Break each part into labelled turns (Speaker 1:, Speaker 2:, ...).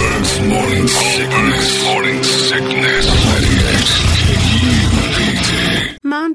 Speaker 1: Morning sickness. Morning sickness. KUPD.
Speaker 2: Mom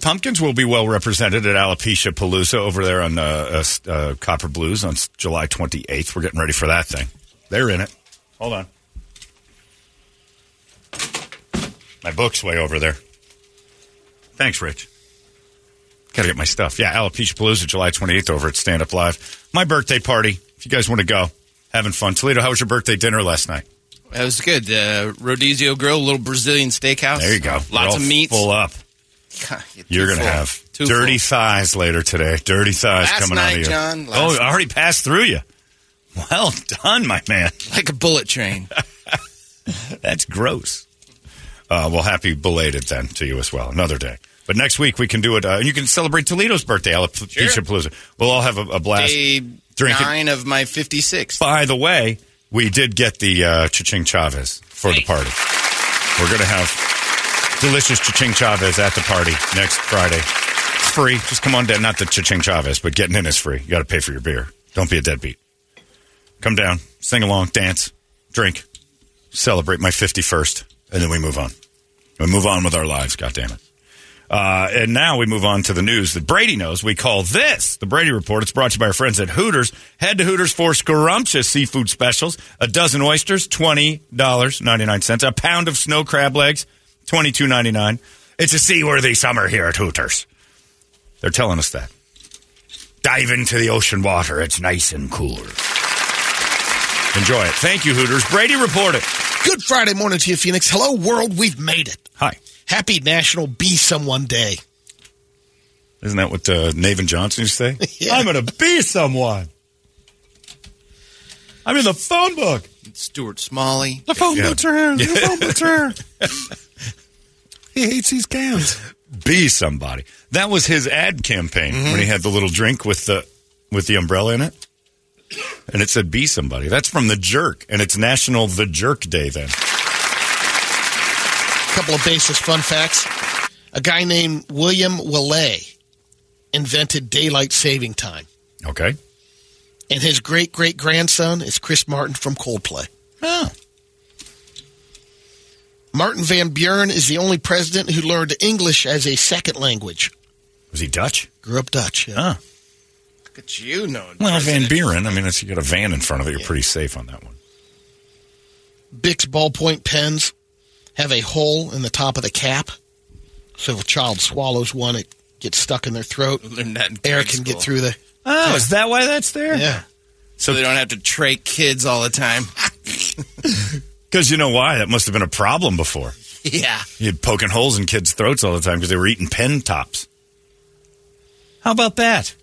Speaker 3: pumpkins will be well represented at Alopecia Palooza over there on uh, uh, s- uh, Copper Blues on s- July 28th. We're getting ready for that thing. They're in it. Hold on. My book's way over there. Thanks, Rich. Gotta get my stuff. Yeah, Alopecia Palooza, July 28th over at Stand Up Live. My birthday party, if you guys want to go. Having fun. Toledo, how was your birthday dinner last night?
Speaker 4: That was good. Uh, Rodizio Grill, little Brazilian steakhouse.
Speaker 3: There you go. We're
Speaker 4: Lots
Speaker 3: all
Speaker 4: of meats.
Speaker 3: Full up.
Speaker 4: God, you're too
Speaker 3: You're going to
Speaker 4: full.
Speaker 3: have
Speaker 4: Too
Speaker 3: dirty
Speaker 4: full.
Speaker 3: thighs later today. Dirty thighs
Speaker 4: Last
Speaker 3: coming out of
Speaker 4: night,
Speaker 3: you.
Speaker 4: John, last
Speaker 3: oh,
Speaker 4: night.
Speaker 3: I already passed through you. Well done, my man.
Speaker 4: like a bullet train.
Speaker 3: That's gross. Uh, well, happy belated then to you as well. Another day. But next week we can do it. Uh, you can celebrate Toledo's birthday, Alopecia
Speaker 4: Sure.
Speaker 3: Palooza. We'll all have a, a blast.
Speaker 4: Day
Speaker 3: Drink it.
Speaker 4: nine of my fifty-six.
Speaker 3: By the way, we did get the uh, Ching Chavez for the party. We're going to have delicious Ching Chavez at the party next Friday. It's free. Just come on down. Not the Ching Chavez, but getting in is free. You got to pay for your beer. Don't be a deadbeat. Come down, sing along, dance, drink, celebrate my 51st, and then we move on. We move on with our lives, God damn it. Uh, and now we move on to the news that Brady knows. We call this the Brady Report. It's brought to you by our friends at Hooters. Head to Hooters for scrumptious seafood specials. A dozen oysters, $20.99. A pound of snow crab legs, $22.99. It's a seaworthy summer here at Hooters. They're telling us that. Dive into the ocean water. It's nice and cool. Enjoy it. Thank you, Hooters. Brady Report it.
Speaker 5: Good Friday morning to you, Phoenix. Hello, world. We've made it.
Speaker 3: Hi.
Speaker 5: Happy National Be Someone Day.
Speaker 3: Isn't that what uh, Navin Johnson used to say?
Speaker 5: Yeah.
Speaker 3: I'm going to be someone. I'm in the phone book.
Speaker 4: Stuart Smalley.
Speaker 5: The phone
Speaker 3: Yeah.
Speaker 5: boots are here. The phone boots are here. He hates these cans.
Speaker 3: Be somebody. That was his ad campaign when he had the little drink with the with the umbrella in it, and it said "Be somebody." That's from the Jerk, and it's National the Jerk Day. Then
Speaker 5: A couple of basis fun facts. A guy named William Willay invented daylight saving time.
Speaker 3: okay.
Speaker 5: And his great great grandson is Chris Martin from Coldplay.
Speaker 3: Oh,
Speaker 5: Martin Van Buren is the only president who learned English as a second language.
Speaker 3: was he Dutch?
Speaker 5: Grew up Dutch. yeah.
Speaker 3: Ah,
Speaker 4: Look at you knowing.
Speaker 3: well, Van
Speaker 4: presidents.
Speaker 3: Buren. I mean, if you got a van in front of it, you're pretty safe on that one.
Speaker 5: Bix ballpoint pens have a hole in the top of the cap. So if a child swallows one, it gets stuck in their throat.
Speaker 4: Learned that in
Speaker 5: Air
Speaker 4: grade
Speaker 5: can
Speaker 4: school.
Speaker 5: get through the.
Speaker 3: Oh, is that why that's there?
Speaker 5: Yeah.
Speaker 4: so they don't have to trach kids all the time.
Speaker 3: Because you know why? That must have been a problem before.
Speaker 4: yeah.
Speaker 3: You had poking holes in kids' throats all the time because they were eating pen tops. How about that?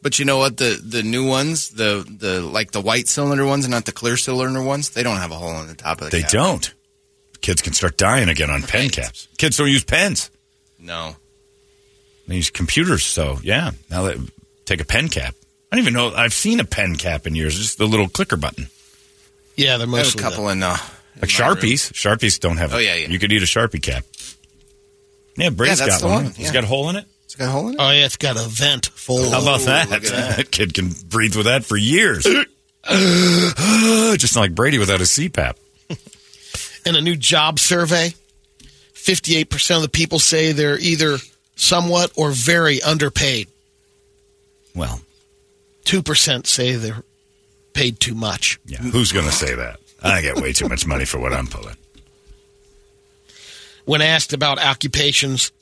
Speaker 4: But you know what? The the new ones, the the like the white cylinder ones, and not the clear cylinder ones. They don't have a hole in the top of the.
Speaker 3: They
Speaker 4: cap.
Speaker 3: don't. Kids can start dying again on pen
Speaker 4: Right.
Speaker 3: caps. Kids don't use pens.
Speaker 4: No.
Speaker 3: They use computers. So yeah, now they take a pen cap. I don't even know. I've seen a pen cap in years. Just the little clicker button.
Speaker 5: Yeah,
Speaker 4: I have
Speaker 5: they're
Speaker 4: a
Speaker 5: mostly.
Speaker 4: couple
Speaker 5: that.
Speaker 4: in. Uh, in
Speaker 3: Like
Speaker 4: my room.
Speaker 3: sharpies. Sharpies don't have.
Speaker 4: Oh,
Speaker 3: it.
Speaker 4: yeah, yeah.
Speaker 3: You could eat a sharpie cap. Yeah, Brady's
Speaker 4: Yeah, that's
Speaker 3: got
Speaker 4: the
Speaker 3: one.
Speaker 4: one,
Speaker 3: He's
Speaker 4: yeah.
Speaker 3: got a hole in it.
Speaker 4: It's got a hole in it.
Speaker 5: Oh, yeah, it's got a vent full
Speaker 3: How
Speaker 5: of.
Speaker 3: about
Speaker 4: Ooh,
Speaker 3: that?
Speaker 4: look at that.
Speaker 3: That kid can breathe with that for years. Just like Brady without a CPAP.
Speaker 5: In a new job survey, 58% of the people say they're either somewhat or very underpaid.
Speaker 3: Well,
Speaker 5: 2% say they're paid too much.
Speaker 3: Yeah. Who's going to say that? I get way too much money for what I'm pulling.
Speaker 5: When asked about occupations,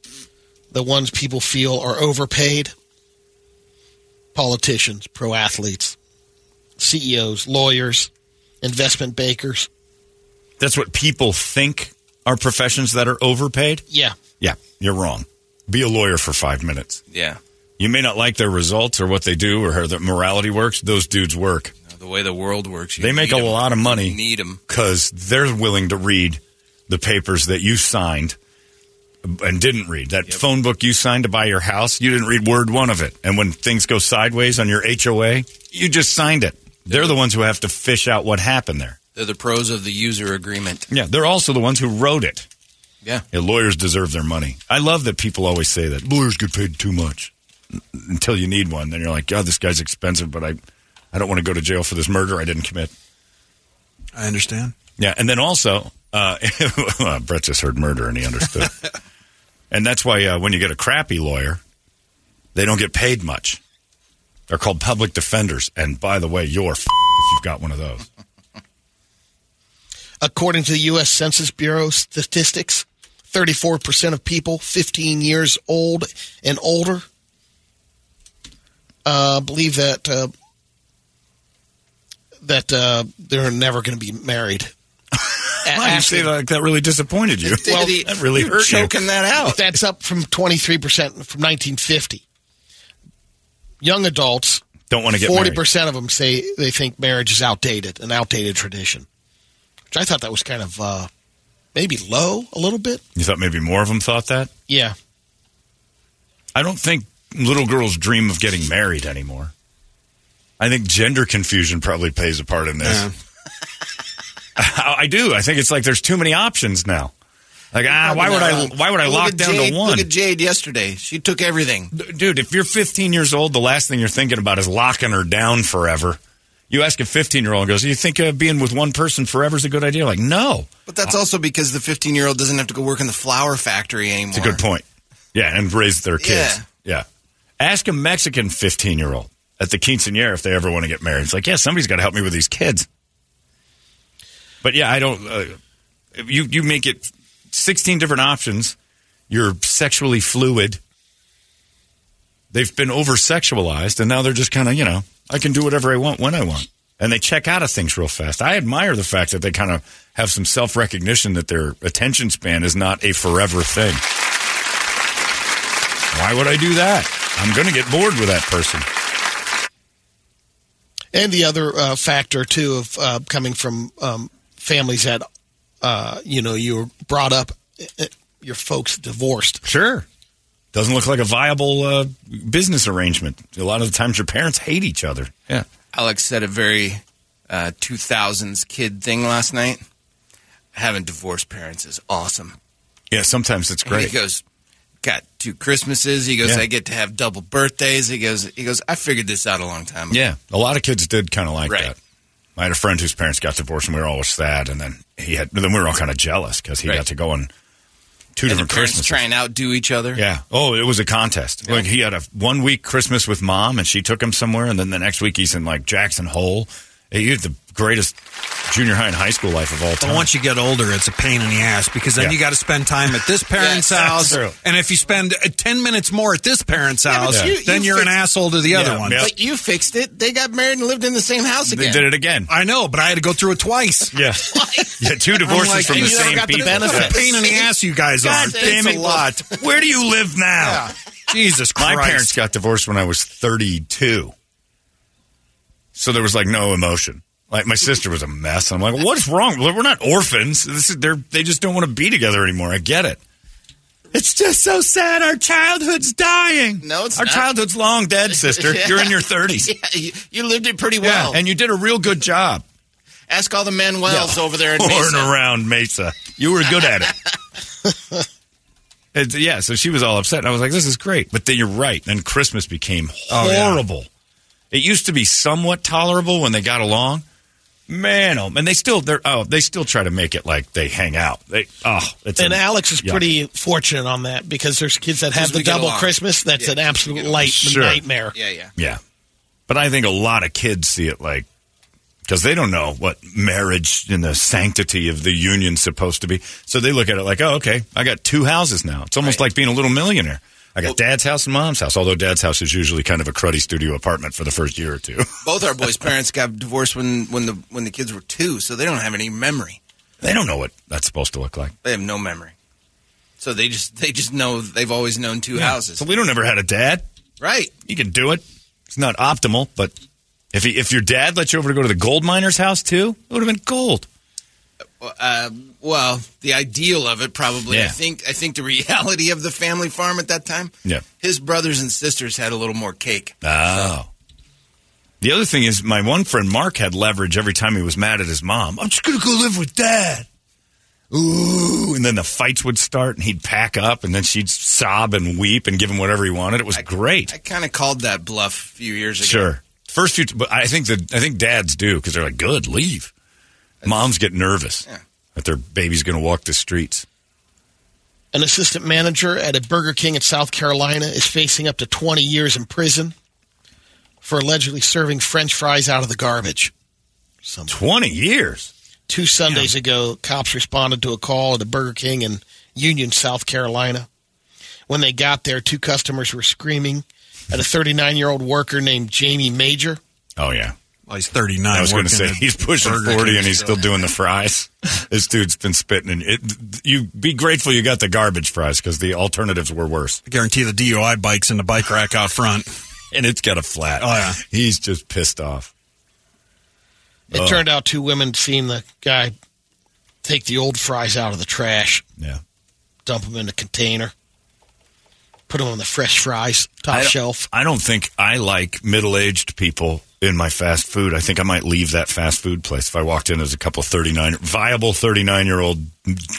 Speaker 5: the ones people feel are overpaid politicians, pro athletes, CEOs, lawyers, investment bankers.
Speaker 3: That's what people think are professions that are overpaid?
Speaker 5: Yeah.
Speaker 3: Yeah, you're wrong. Be a lawyer for five minutes.
Speaker 4: Yeah.
Speaker 3: You may not like their results or what they do or how their morality works. Those dudes work.
Speaker 4: No, the way the world works, you
Speaker 3: They make
Speaker 4: need
Speaker 3: a
Speaker 4: 'em.
Speaker 3: lot of money.
Speaker 4: You need 'em.
Speaker 3: because they're willing to read the papers that you signed and didn't read. That phone book you signed to buy your house, you didn't read word one of it. And when things go sideways on your HOA, you just signed it. They're the ones who have to fish out what happened there.
Speaker 4: They're the pros of the user agreement.
Speaker 3: Yeah, they're also the ones who wrote it.
Speaker 4: Yeah.
Speaker 3: Yeah, lawyers deserve their money. I love that people always say that lawyers get paid too much until you need one. Then you're like, God, this guy's expensive, but I, I don't want to go to jail for this murder I didn't commit.
Speaker 6: I understand.
Speaker 3: Yeah, and then also, uh, Brett just heard murder and he understood. and that's why uh, when you get a crappy lawyer, they don't get paid much. They're called public defenders. And by the way, you're f- if you've got one of those.
Speaker 5: According to the U.S. Census Bureau statistics, 34% of people 15 years old and older uh, believe that uh, that uh, they're never going to be married. A-
Speaker 3: Why you
Speaker 5: after-
Speaker 3: say that like that really disappointed you?
Speaker 4: Well,
Speaker 3: that really
Speaker 4: you're
Speaker 3: hurt
Speaker 4: choking
Speaker 3: you.
Speaker 4: that out.
Speaker 5: Oh. That's up from 23% from 1950. Young adults,
Speaker 3: Don't want to get
Speaker 5: forty
Speaker 3: 40%.
Speaker 5: percent of them say they think marriage is outdated, an outdated tradition. Which I thought that was kind of uh, maybe low a little bit.
Speaker 3: You thought maybe more of them thought that?
Speaker 5: Yeah,
Speaker 3: I don't think little girls dream of getting married anymore. I think gender confusion probably plays a part in this.
Speaker 6: Yeah.
Speaker 3: I I do. I think it's like there's too many options now. Like, ah, why would I? Why would I
Speaker 4: Look
Speaker 3: lock
Speaker 4: at
Speaker 3: down
Speaker 4: Jade-
Speaker 3: to one?
Speaker 4: Look at Jade yesterday. She took everything.
Speaker 3: D- Dude, if you're 15 years old, the last thing you're thinking about is locking her down forever. You ask a 15 year old and goes, "You think uh, being with one person forever is a good idea?" Like, no,
Speaker 4: But that's
Speaker 3: Ah.
Speaker 4: also because the 15 year old doesn't have to go work in the flower factory anymore.
Speaker 3: it's a good point. Yeah, and raise their kids. Yeah, ask a Mexican 15 year old at the quinceanera if they ever want to get married. It's like, yeah, somebody's got to help me with these kids. But yeah, I don't. Uh, you you make it 16 different options. You're sexually fluid. They've been over sexualized, and now they're just kind of you know I can do whatever I want when I want, and they check out of things real fast. I admire the fact that they kind of have some self recognition that their attention span is not a forever thing. Why would I do that? I'm going to get bored with that person.
Speaker 5: and the other uh, factor too of uh, coming from um, families that uh, you know you were brought up, eh, eh, your folks divorced.
Speaker 3: Sure. Doesn't look like a viable uh, business arrangement. A lot of the times your parents hate each other. Yeah.
Speaker 4: Alex said a very uh, 2000s kid thing last night. Having divorced parents is awesome.
Speaker 3: Yeah, sometimes it's
Speaker 4: And
Speaker 3: great.
Speaker 4: He goes, got two Christmases. He goes,
Speaker 3: Yeah.
Speaker 4: I get to have double birthdays. He goes, he goes, I figured this out a long time ago.
Speaker 3: Yeah, a lot of kids did kind of like
Speaker 4: Right.
Speaker 3: that. I had a friend whose parents got divorced, and we were all sad, and then he had. Then we were all kind of jealous because he
Speaker 4: Right.
Speaker 3: got to go on two
Speaker 4: And the
Speaker 3: different
Speaker 4: parents
Speaker 3: Christmases.
Speaker 4: trying to outdo each other.
Speaker 3: yeah. Oh, it was a contest. Like he had a one week Christmas with mom, and she took him somewhere, and then the next week he's in like Jackson Hole. He had the greatest junior high and high school life of all time.
Speaker 6: But once you get older, it's a pain in the ass because then
Speaker 3: Yeah.
Speaker 6: you got to spend time at this parent's
Speaker 4: that's
Speaker 6: house,
Speaker 3: true.
Speaker 6: and if you spend uh, ten minutes more at this parent's house,
Speaker 3: you-
Speaker 6: then
Speaker 4: you
Speaker 6: you're an
Speaker 4: fix-
Speaker 6: asshole to the other
Speaker 3: Yeah,
Speaker 6: one.
Speaker 3: yeah.
Speaker 4: But you fixed it. They got married and lived in the same house
Speaker 3: they
Speaker 4: again.
Speaker 3: did it again.
Speaker 6: I know, but I had to go through it twice.
Speaker 3: Yeah. yeah, two divorces
Speaker 6: I'm like,
Speaker 3: from
Speaker 6: you
Speaker 3: the
Speaker 6: never
Speaker 3: same
Speaker 6: got
Speaker 3: people.
Speaker 6: The, what a
Speaker 3: Yeah.
Speaker 6: pain in the ass you guys
Speaker 3: God
Speaker 6: are.
Speaker 3: damn it, lot. Where do you live now?
Speaker 6: Jesus
Speaker 3: My
Speaker 6: Christ.
Speaker 3: parents got divorced when I was 32. So there was like no emotion. Like my sister was a mess. I'm like, what's wrong? We're not orphans. This is, they're, they just don't want to be together anymore. I get it. It's just so sad. Our childhood's dying.
Speaker 4: No, it's
Speaker 3: Our
Speaker 4: not.
Speaker 3: childhood's long dead, sister.
Speaker 4: Yeah.
Speaker 3: You're in your 30s.
Speaker 4: Yeah, you, you lived it pretty
Speaker 3: Yeah,
Speaker 4: well.
Speaker 3: and you did a real good job.
Speaker 4: Ask all the Manuels over there in
Speaker 3: Pouring
Speaker 4: Mesa.
Speaker 3: around Mesa. You were good at it. It's- yeah, so she was all upset. And I was like, this is great. But then you're right. Then Christmas became
Speaker 4: Oh,
Speaker 3: horrible. It used to be somewhat tolerable when they got along. Man, oh, and they still they're oh they still try to make it like they hang out. They oh, it's
Speaker 5: And
Speaker 3: a-
Speaker 5: Alex is
Speaker 3: yuck.
Speaker 5: pretty fortunate on that because there's kids that
Speaker 4: Because
Speaker 5: have
Speaker 4: we
Speaker 5: the
Speaker 4: get
Speaker 5: double
Speaker 4: along.
Speaker 5: Christmas. That's
Speaker 4: Yeah,
Speaker 5: an
Speaker 4: we
Speaker 5: absolute
Speaker 4: get along.
Speaker 5: light
Speaker 3: Sure.
Speaker 5: nightmare.
Speaker 4: Yeah, yeah.
Speaker 3: Yeah. But I think a lot of kids see it like because they don't know what marriage and the sanctity of the union's supposed to be. So they look at it like, oh, okay, I got two houses now. It's almost like being a little millionaire. I got dad's house and mom's house, although dad's house is usually kind of a cruddy studio apartment for the first year or two.
Speaker 4: Both our boys' parents got divorced when, when the when the kids were two, so they don't have any memory.
Speaker 3: they don't know what that's supposed to look like.
Speaker 4: They have no memory. So they just they just know they've always known two houses.
Speaker 3: So we don't ever had a dad.
Speaker 4: Right.
Speaker 3: You can do it. It's not optimal, but If he, if your dad let you over to go to the gold miner's house too, it would have been gold.
Speaker 4: Uh, well, the ideal of it probably. I
Speaker 3: Yeah.
Speaker 4: think I think the reality of the family farm at that time.
Speaker 3: Yeah.
Speaker 4: His brothers and sisters had a little more cake.
Speaker 3: Oh. The other thing is, my one friend Mark had leverage every time he was mad at his mom. I'm just going to go live with dad. Ooh. And then the fights would start and he'd pack up and then she'd sob and weep and give him whatever he wanted. It was great.
Speaker 4: I kind of called that bluff a few years ago.
Speaker 3: sure. First few, but I think that I think dads do because they're like, good, leave. Moms get nervous
Speaker 4: Yeah.
Speaker 3: that their baby's going to walk the streets.
Speaker 5: An assistant manager at a Burger King in South Carolina is facing up to 20 years in prison for allegedly serving French fries out of the garbage.
Speaker 3: 20 years.
Speaker 5: Two Sundays ago, cops responded to a call at a Burger King in Union, South Carolina. When they got there, two customers were screaming at a 39 year old worker named Jamie Major.
Speaker 3: Oh, yeah.
Speaker 6: Well, he's 39.
Speaker 3: I was going to
Speaker 6: working
Speaker 3: say
Speaker 6: at
Speaker 3: he's pushing
Speaker 6: Burger
Speaker 3: forty
Speaker 6: King.
Speaker 3: and he's still doing the fries. this dude's been spitting. And it, you be grateful you got the garbage fries because the alternatives were worse.
Speaker 6: I guarantee the DUI bike's in the bike rack out front.
Speaker 3: And it's got a flat.
Speaker 6: Oh, yeah.
Speaker 3: he's just pissed off.
Speaker 5: It turned out two women seen the guy take the old fries out of the trash,
Speaker 3: Yeah,
Speaker 5: dump them in a container, put them on the fresh fries, top
Speaker 3: I don't-
Speaker 5: shelf.
Speaker 3: I don't think I like middle-aged people in my fast food. I think I might leave that fast food place if I walked in as a couple thirty-nine viable thirty-nine-year-old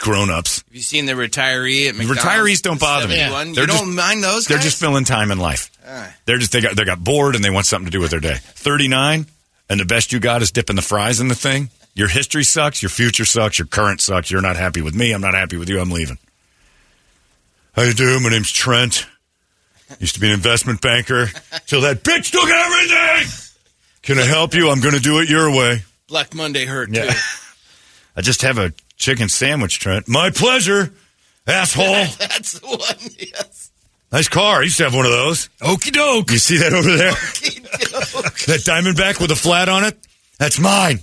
Speaker 3: grown-ups.
Speaker 4: Have you seen the retiree at McDonald's?
Speaker 3: Retirees don't bother me.
Speaker 4: 71?
Speaker 3: They're
Speaker 4: You
Speaker 3: just-
Speaker 4: don't mind those
Speaker 3: They're
Speaker 4: guys?
Speaker 3: just filling time in life. They're just they got they got bored and they want something to do with their day. Thirty nine, and the best you got is dipping the fries in the thing. Your history sucks. Your future sucks. Your current sucks. You're not happy with me. I'm not happy with you. I'm leaving. How you doing? My name's Trent. Used to be an investment banker. Till that bitch took everything. Can I help you? I'm going to do it your way.
Speaker 4: Black Monday hurt,
Speaker 3: Yeah.
Speaker 4: too.
Speaker 3: I just have a chicken sandwich, Trent. My pleasure, asshole.
Speaker 4: That's the one, yes.
Speaker 3: Nice car. I used to have one of those.
Speaker 6: Okie doke.
Speaker 3: You see that over there? that Diamondback with a flat on it? That's mine.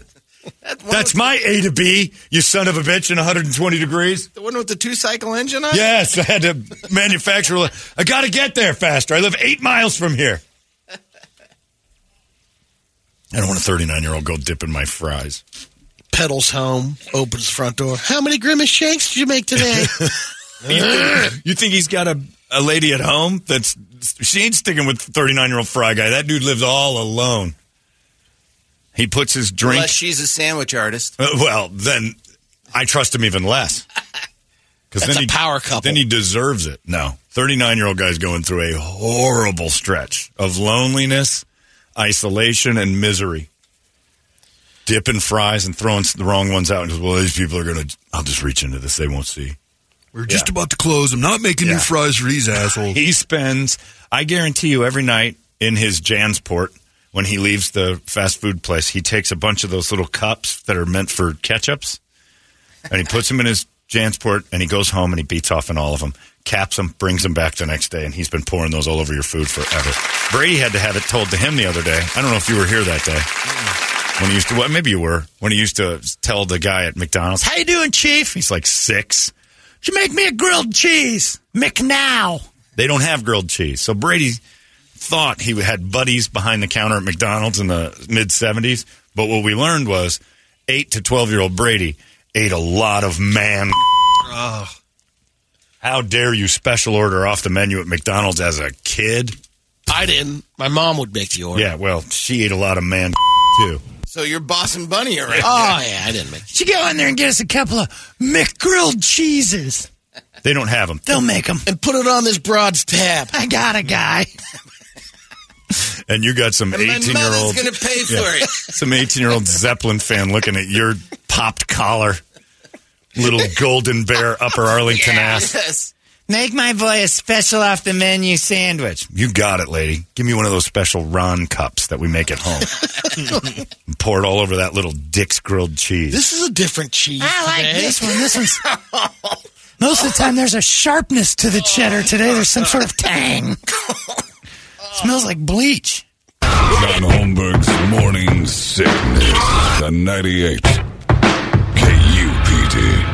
Speaker 3: That's my A to B, you son of a bitch, in 120 degrees.
Speaker 4: The one with the two-cycle engine on it?
Speaker 3: Yes, I had to manufacture. I got to get there faster. I live eight miles from here. I don't want a 39 year old go dipping my fries.
Speaker 5: Pedals home, opens the front door. How many grimace shakes did you make today?
Speaker 3: You think he's got a, a lady at home that's. She ain't sticking with 39 year old fry guy. That dude lives all alone. He puts his drink.
Speaker 4: Unless she's a sandwich artist.
Speaker 3: Uh, well, then I trust him even less. Because
Speaker 5: That's a power couple.
Speaker 3: Then he deserves it. No, thirty-nine-year-old guy's going through a horrible stretch of loneliness, isolation, and misery. Dipping fries and throwing s- the wrong ones out, and just, well, these people are gonna. I'll just reach into this; they won't see.
Speaker 6: We're just about to close. I'm not making
Speaker 3: Yeah.
Speaker 6: new fries for these assholes.
Speaker 3: He spends, I guarantee you, every night in his Jansport when he leaves the fast food place, he takes a bunch of those little cups that are meant for ketchups and he puts them in his Jansport and he goes home and he beats off in all of them, caps them, brings them back the next day, and he's been pouring those all over your food forever. Brady had to have it told to him the other day. I don't know if you were here that day. When he used to, well, maybe you were. When he used to tell the guy at McDonald's, "How you doing, Chief?" He's like six. She make me a grilled cheese McNow. They don't have grilled cheese, so Brady thought he had buddies behind the counter at McDonald's in the mid '70s. But what we learned was eight to twelve year old Brady ate a lot of man. How dare you special order off the menu at McDonald's as a kid?
Speaker 5: I didn't. My mom would make the order.
Speaker 3: Yeah, well, she ate a lot of man too.
Speaker 4: So you're bossing Bunny around.
Speaker 5: Oh, yeah, I didn't make
Speaker 3: She go in there and get us a couple of McGrilled cheeses. They don't have them. They'll make them.
Speaker 5: And put it on this broad's tab.
Speaker 3: I got a guy. and you got some
Speaker 4: My
Speaker 3: eighteen year old,
Speaker 4: mother's going to pay for
Speaker 3: Yeah.
Speaker 4: it.
Speaker 3: some eighteen year old Zeppelin fan looking at your popped collar, little golden bear upper Arlington ass.
Speaker 4: Yes.
Speaker 3: Make my boy a special off the menu sandwich. You got it, lady. Give me one of those special Ron cups that we make at home. And pour it all over that little Dick's grilled cheese.
Speaker 5: This is a different cheese. today.
Speaker 3: one. This one's. Most of the time, there's a sharpness to the cheddar. Today, there's some sort of tang. Smells like bleach.
Speaker 1: John Holmberg's Morning Sickness. The 98. KUPD.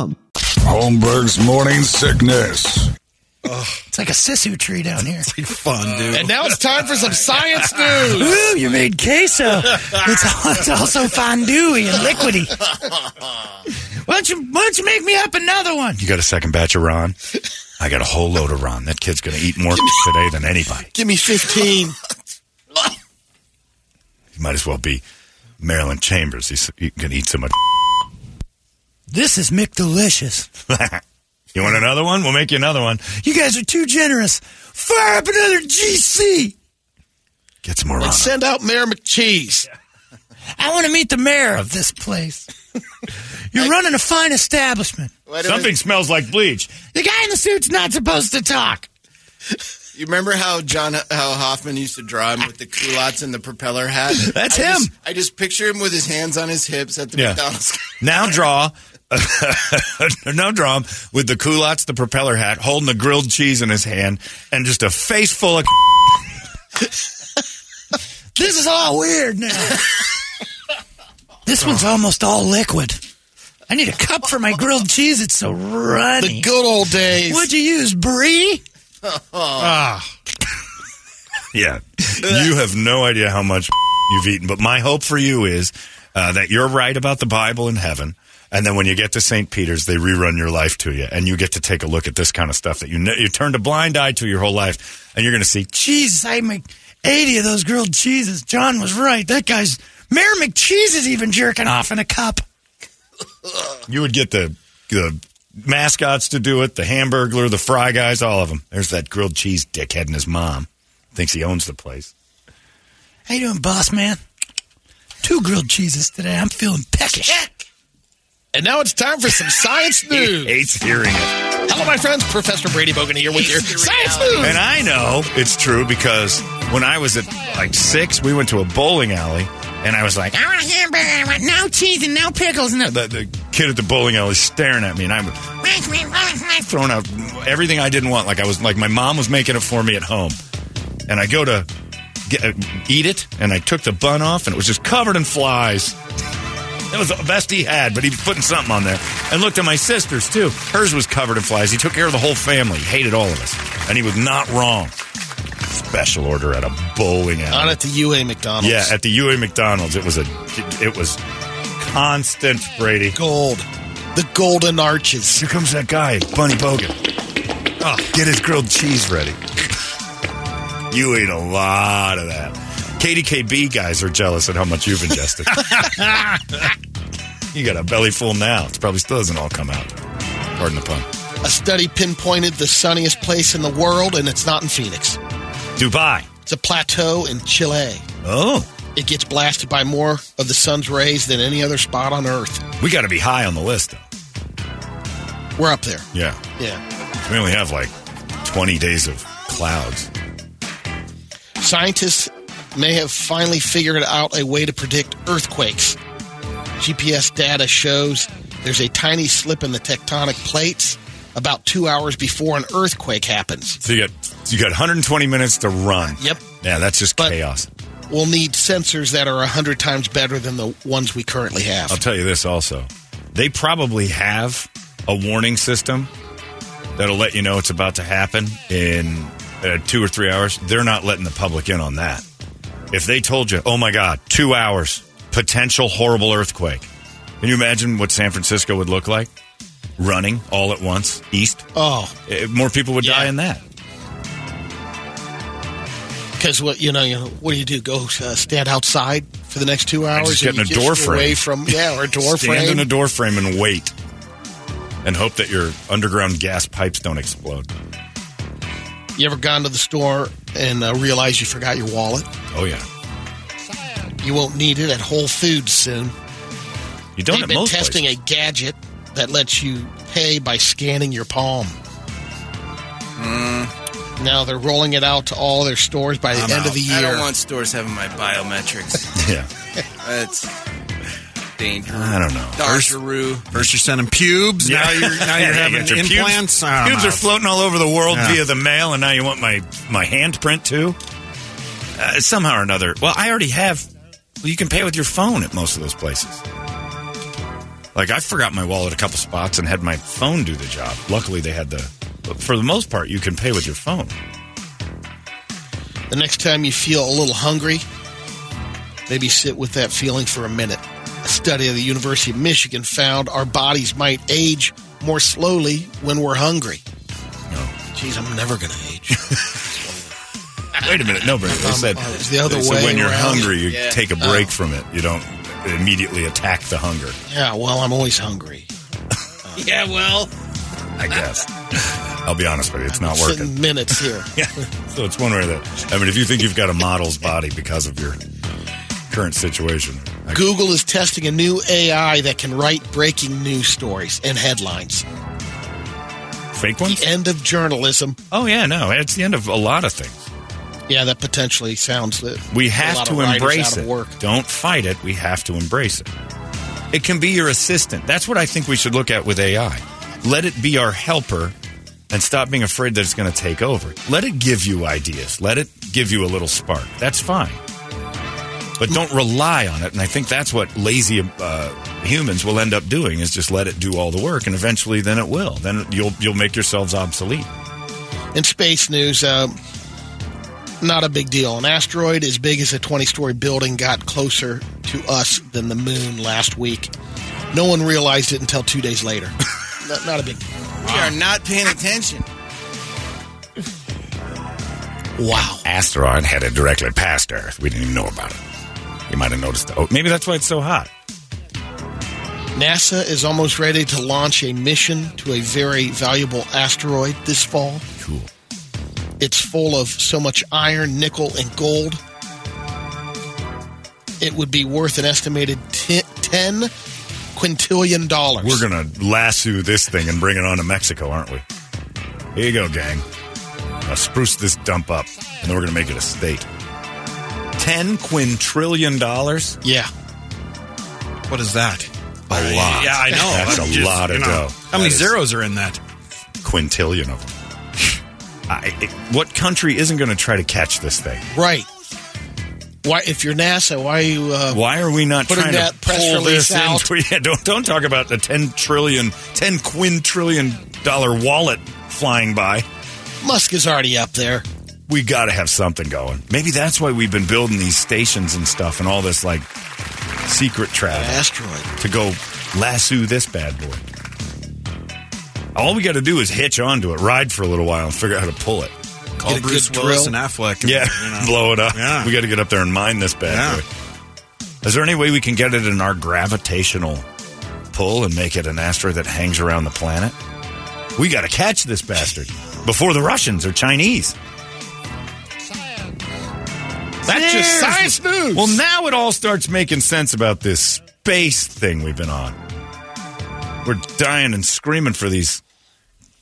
Speaker 1: Holmberg's morning sickness.
Speaker 7: It's like a sisu tree down here.
Speaker 6: Fun, dude.
Speaker 5: And now it's time for some science news.
Speaker 7: Ooh, you made queso. It's, al- it's also fondue and liquidy. Why don't you Why don't you make me up another one?
Speaker 3: You got a second batch of Ron? I got a whole load of Ron. That kid's going to eat more today than anybody.
Speaker 5: Give me 15.
Speaker 3: He might as well be Marilyn Chambers. He's he going to eat so much.
Speaker 7: This is Mick Delicious.
Speaker 3: you want another one? We'll make you another one.
Speaker 7: You guys are too generous. Fire up another GC.
Speaker 3: Get some more Ron.
Speaker 5: And send out Mayor McCheese.
Speaker 7: I want to meet the mayor of this place. You're running a fine establishment.
Speaker 3: Something smells like bleach.
Speaker 7: The guy in the suit's not supposed to talk.
Speaker 4: You remember how John how Hoffman used to draw him with the culottes and the propeller hat?
Speaker 7: That's
Speaker 4: I just-
Speaker 7: him.
Speaker 4: I just picture him with his hands on his hips at the
Speaker 3: Yeah.
Speaker 4: McDonald's.
Speaker 3: Now draw. now draw him with the culottes, the propeller hat, holding the grilled cheese in his hand, and just a face full of.
Speaker 7: This is all weird now. this one's almost all liquid. I need a cup for my grilled cheese. It's so runny.
Speaker 5: The good old days.
Speaker 7: What'd you use, brie?
Speaker 3: Yeah. You have no idea how much you've eaten, but my hope for you is uh, that you're right about the Bible in heaven. And then when you get to St. Peter's, they rerun your life to you, and you get to take a look at this kind of stuff that you kn- you turned a blind eye to your whole life, and you're going to see.
Speaker 7: Jesus, I make 80 of those grilled cheeses. John was right. That guy's, Mayor McCheese is even jerking off in a cup.
Speaker 3: You would get the the mascots to do it, the Hamburglar, the Fry guys, all of them. There's that grilled cheese dickhead and his mom thinks he owns the place.
Speaker 7: How you doing, boss man? Two grilled cheeses today. I'm feeling peckish.
Speaker 5: And now it's time for some science news.
Speaker 3: Hates hearing it,
Speaker 5: Hello, my friends. Professor Brady Bogan here with your science news.
Speaker 3: and I know it's true because when I was at like six, we went to a bowling alley, and I was like, I want a hamburger, I want no cheese and no pickles. No, the, the kid at the bowling alley staring at me, and I'm throwing out everything I didn't want. Like I was like my mom was making it for me at home, and I go to get, uh, eat it, and I took the bun off, and it was just covered in flies. That was the best he had, but he was putting something on there. And looked at my sister's too. Hers was covered in flies. He took care of the whole family. He hated all of us, and he was not wrong. Special order at a bowling alley.
Speaker 5: On at the UA McDonald's.
Speaker 3: yeah, at the UA McDonald's, it was a it was constant Brady.
Speaker 5: gold. The golden arches.
Speaker 3: Here comes that guy, Bunny Bogan. Oh, get his grilled cheese ready. you ate a lot of that. KDKB guys are jealous at how much you've ingested. you got a belly full now. It probably still doesn't all come out. Pardon the pun.
Speaker 5: A study pinpointed the sunniest place in the world, and it's not in Phoenix.
Speaker 3: Dubai.
Speaker 5: It's a plateau in Chile.
Speaker 3: Oh,
Speaker 5: It gets blasted by more of the sun's rays than any other spot on Earth.
Speaker 3: we got to be high on the list, though.
Speaker 5: We're up there.
Speaker 3: Yeah.
Speaker 5: Yeah.
Speaker 3: We only have like 20 days of clouds.
Speaker 5: Scientists may have finally figured out a way to predict earthquakes. GPS data shows there's a tiny slip in the tectonic plates about two hours before an earthquake happens.
Speaker 3: So you got you got 120 minutes to run.
Speaker 5: Yep.
Speaker 3: Yeah, that's just
Speaker 5: But-
Speaker 3: chaos.
Speaker 5: We'll need sensors that are 100 times better than the ones we currently have.
Speaker 3: I'll tell you this also. They probably have a warning system that'll let you know it's about to happen in uh, two or three hours. They're not letting the public in on that. If they told you, oh my God, two hours, potential horrible earthquake, can you imagine what San Francisco would look like? Running all at once, east.
Speaker 5: Oh,
Speaker 3: Eh, More people would
Speaker 5: Yeah.
Speaker 3: die in that.
Speaker 5: because what you know, you know, what do you do? Go uh, stand outside for the next two hours?
Speaker 3: just get
Speaker 5: and
Speaker 3: in
Speaker 5: you
Speaker 3: a door
Speaker 5: get away
Speaker 3: frame.
Speaker 5: from yeah, or a door
Speaker 3: Stand
Speaker 5: frame.
Speaker 3: in a door frame and wait and hope that your underground gas pipes don't explode.
Speaker 5: you ever gone to the store and uh, realized you forgot your wallet?
Speaker 3: Oh, yeah.
Speaker 5: You won't need it at Whole Foods soon.
Speaker 3: You don't
Speaker 5: They've
Speaker 3: at
Speaker 5: been
Speaker 3: most
Speaker 5: testing
Speaker 3: places.
Speaker 5: a gadget that lets you pay by scanning your palm. Now they're rolling it out to all their stores by the
Speaker 6: I'm
Speaker 5: end
Speaker 6: out.
Speaker 5: of the year.
Speaker 4: I don't want stores having my biometrics.
Speaker 3: Yeah.
Speaker 4: That's dangerous.
Speaker 3: I don't know.
Speaker 4: Darjeru.
Speaker 6: First you're sending pubes.
Speaker 3: Yeah.
Speaker 6: Now you're
Speaker 3: Yeah,
Speaker 6: now you're
Speaker 3: you
Speaker 6: having
Speaker 3: got your pubes- Ah,
Speaker 6: implants. I don't
Speaker 3: Pubes
Speaker 6: know.
Speaker 3: are floating all over the world
Speaker 6: Yeah.
Speaker 3: via the mail, and now you want my my handprint too. Uh, somehow or another. Well, I already have. Well, you can pay with your phone at most of those places. Like I forgot my wallet a couple spots and had my phone do the job. Luckily, they had the. But for the most part, you can pay with your phone.
Speaker 5: The next time you feel a little hungry, maybe sit with that feeling for a minute. A study of the University of Michigan found our bodies might age more slowly when we're hungry.
Speaker 3: No.
Speaker 5: Geez, I'm never going to age.
Speaker 3: Wait a minute, no, Brandon. They
Speaker 5: Um,
Speaker 3: said
Speaker 5: oh, it's the other
Speaker 3: they said
Speaker 5: way
Speaker 3: when you're
Speaker 5: around. Oh.
Speaker 3: hungry, you
Speaker 4: Yeah.
Speaker 3: take a break from it. You don't immediately attack the hunger.
Speaker 5: yeah, well, I'm always hungry.
Speaker 4: Yeah, well.
Speaker 3: I guess. I'll be honest with you, it's not working.
Speaker 5: Sitting minutes here.
Speaker 3: Yeah. So it's one way or the I mean, if you think you've got a model's body because of your current situation, I,
Speaker 5: Google is testing a new AI that can write breaking news stories and headlines.
Speaker 3: fake
Speaker 5: The
Speaker 3: ones?
Speaker 5: end of journalism.
Speaker 3: Oh, yeah, no. It's the end of a lot of things.
Speaker 5: Yeah, that potentially sounds that
Speaker 3: We
Speaker 5: a
Speaker 3: have
Speaker 5: lot
Speaker 3: to
Speaker 5: of writers
Speaker 3: embrace
Speaker 5: out of
Speaker 3: it.
Speaker 5: Work.
Speaker 3: Don't fight it. We have to embrace it. It can be your assistant. That's what I think we should look at with AI. Let it be our helper and stop being afraid that it's going to take over. Let it give you ideas. Let it give you a little spark. That's fine. But don't rely on it. And I think that's what lazy uh, humans will end up doing is just let it do all the work. And eventually then it will. Then you'll, you'll make yourselves obsolete.
Speaker 5: In space news, uh, not a big deal. An asteroid as big as a 20 story building got closer to us than the moon last week. No one realized it until two days later. not, not a big deal.
Speaker 4: We are not paying attention.
Speaker 5: Wow.
Speaker 3: asteroid headed directly past Earth. We didn't even know about it. You might have noticed. The, oh, maybe that's why it's so hot.
Speaker 5: NASA is almost ready to launch a mission to a very valuable asteroid this fall.
Speaker 3: Cool.
Speaker 5: It's full of so much iron, nickel, and gold. It would be worth an estimated ti- 10 quintillion dollars.
Speaker 3: We're gonna lasso this thing and bring it on to Mexico, aren't we? Here you go, gang. Now spruce this dump up, and then we're gonna make it a state. Ten quintillion dollars.
Speaker 5: yeah.
Speaker 6: What is that?
Speaker 3: A lot.
Speaker 6: Yeah, I know.
Speaker 3: That's
Speaker 6: I'm
Speaker 3: a
Speaker 6: just,
Speaker 3: lot of
Speaker 6: you know,
Speaker 3: dough.
Speaker 6: How many
Speaker 3: That is
Speaker 6: zeros are in that?
Speaker 3: Quintillion of them. I, it, what country isn't going to try to catch this thing?
Speaker 5: Right. Why, if you're NASA, why are you? Uh,
Speaker 3: Why are we not
Speaker 5: Putting
Speaker 3: trying to
Speaker 5: that press
Speaker 3: pull
Speaker 5: release
Speaker 3: this
Speaker 5: out.
Speaker 3: into? Yeah, don't don't talk about the ten trillion, ten quintillion dollar wallet flying by.
Speaker 5: Musk is already up there.
Speaker 3: We got to have something going. Maybe that's why we've been building these stations and stuff and all this like secret travel
Speaker 5: Asteroid.
Speaker 3: to go lasso this bad boy. All we got to do is hitch onto it, ride for a little while, and figure out how to pull it.
Speaker 6: Call
Speaker 5: Get a
Speaker 6: Bruce
Speaker 5: good
Speaker 6: Willis
Speaker 5: drill.
Speaker 6: and Affleck.
Speaker 3: Yeah,
Speaker 6: you know.
Speaker 3: blow it up.
Speaker 6: Yeah.
Speaker 3: We got to get up there and mine this bad
Speaker 6: Yeah.
Speaker 3: boy. Is there any way we can get it in our gravitational pull and make it an asteroid that hangs around the planet? We got to catch this bastard before the Russians or Chinese. That's just science news. Well, now it all starts making sense about this space thing we've been on. We're dying and screaming for these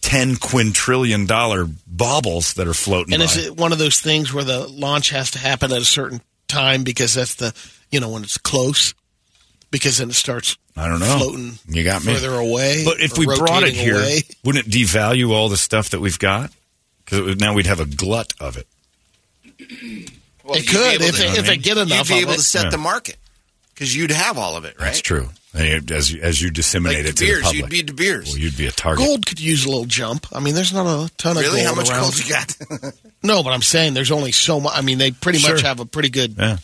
Speaker 3: ten quintillion dollar baubles that are floating.
Speaker 5: And
Speaker 3: by.
Speaker 5: is it one of those things where the launch has to happen at a certain time because that's the you know when it's close because then it starts
Speaker 3: I don't know.
Speaker 5: floating
Speaker 3: You got me.
Speaker 5: further away.
Speaker 3: But if
Speaker 5: or
Speaker 3: we brought it
Speaker 5: rotating
Speaker 3: here,
Speaker 5: away.
Speaker 3: wouldn't it devalue all the stuff that we've got? Because now we'd have a glut of it.
Speaker 4: Well,
Speaker 5: it
Speaker 4: you'd be
Speaker 5: could
Speaker 4: able
Speaker 5: if,
Speaker 4: to-
Speaker 5: it, if they get
Speaker 4: You'd
Speaker 5: enough
Speaker 4: be
Speaker 5: of
Speaker 4: able
Speaker 5: it.
Speaker 4: to set
Speaker 3: Yeah.
Speaker 4: the market because you'd have all of it, right?
Speaker 3: That's true. And you- as you- as you disseminate
Speaker 4: Like
Speaker 3: it
Speaker 4: De
Speaker 3: to the
Speaker 4: Beers,
Speaker 3: public,
Speaker 4: you'd be De Beers.
Speaker 3: Well, you'd be a target.
Speaker 5: Gold could use a little jump. I mean, there's not a ton of
Speaker 4: Really?
Speaker 5: gold
Speaker 4: How much
Speaker 5: around.
Speaker 4: gold you got?
Speaker 5: No, but I'm saying there's only so much. I mean, they pretty
Speaker 3: Sure.
Speaker 5: much have a pretty good
Speaker 3: Yeah.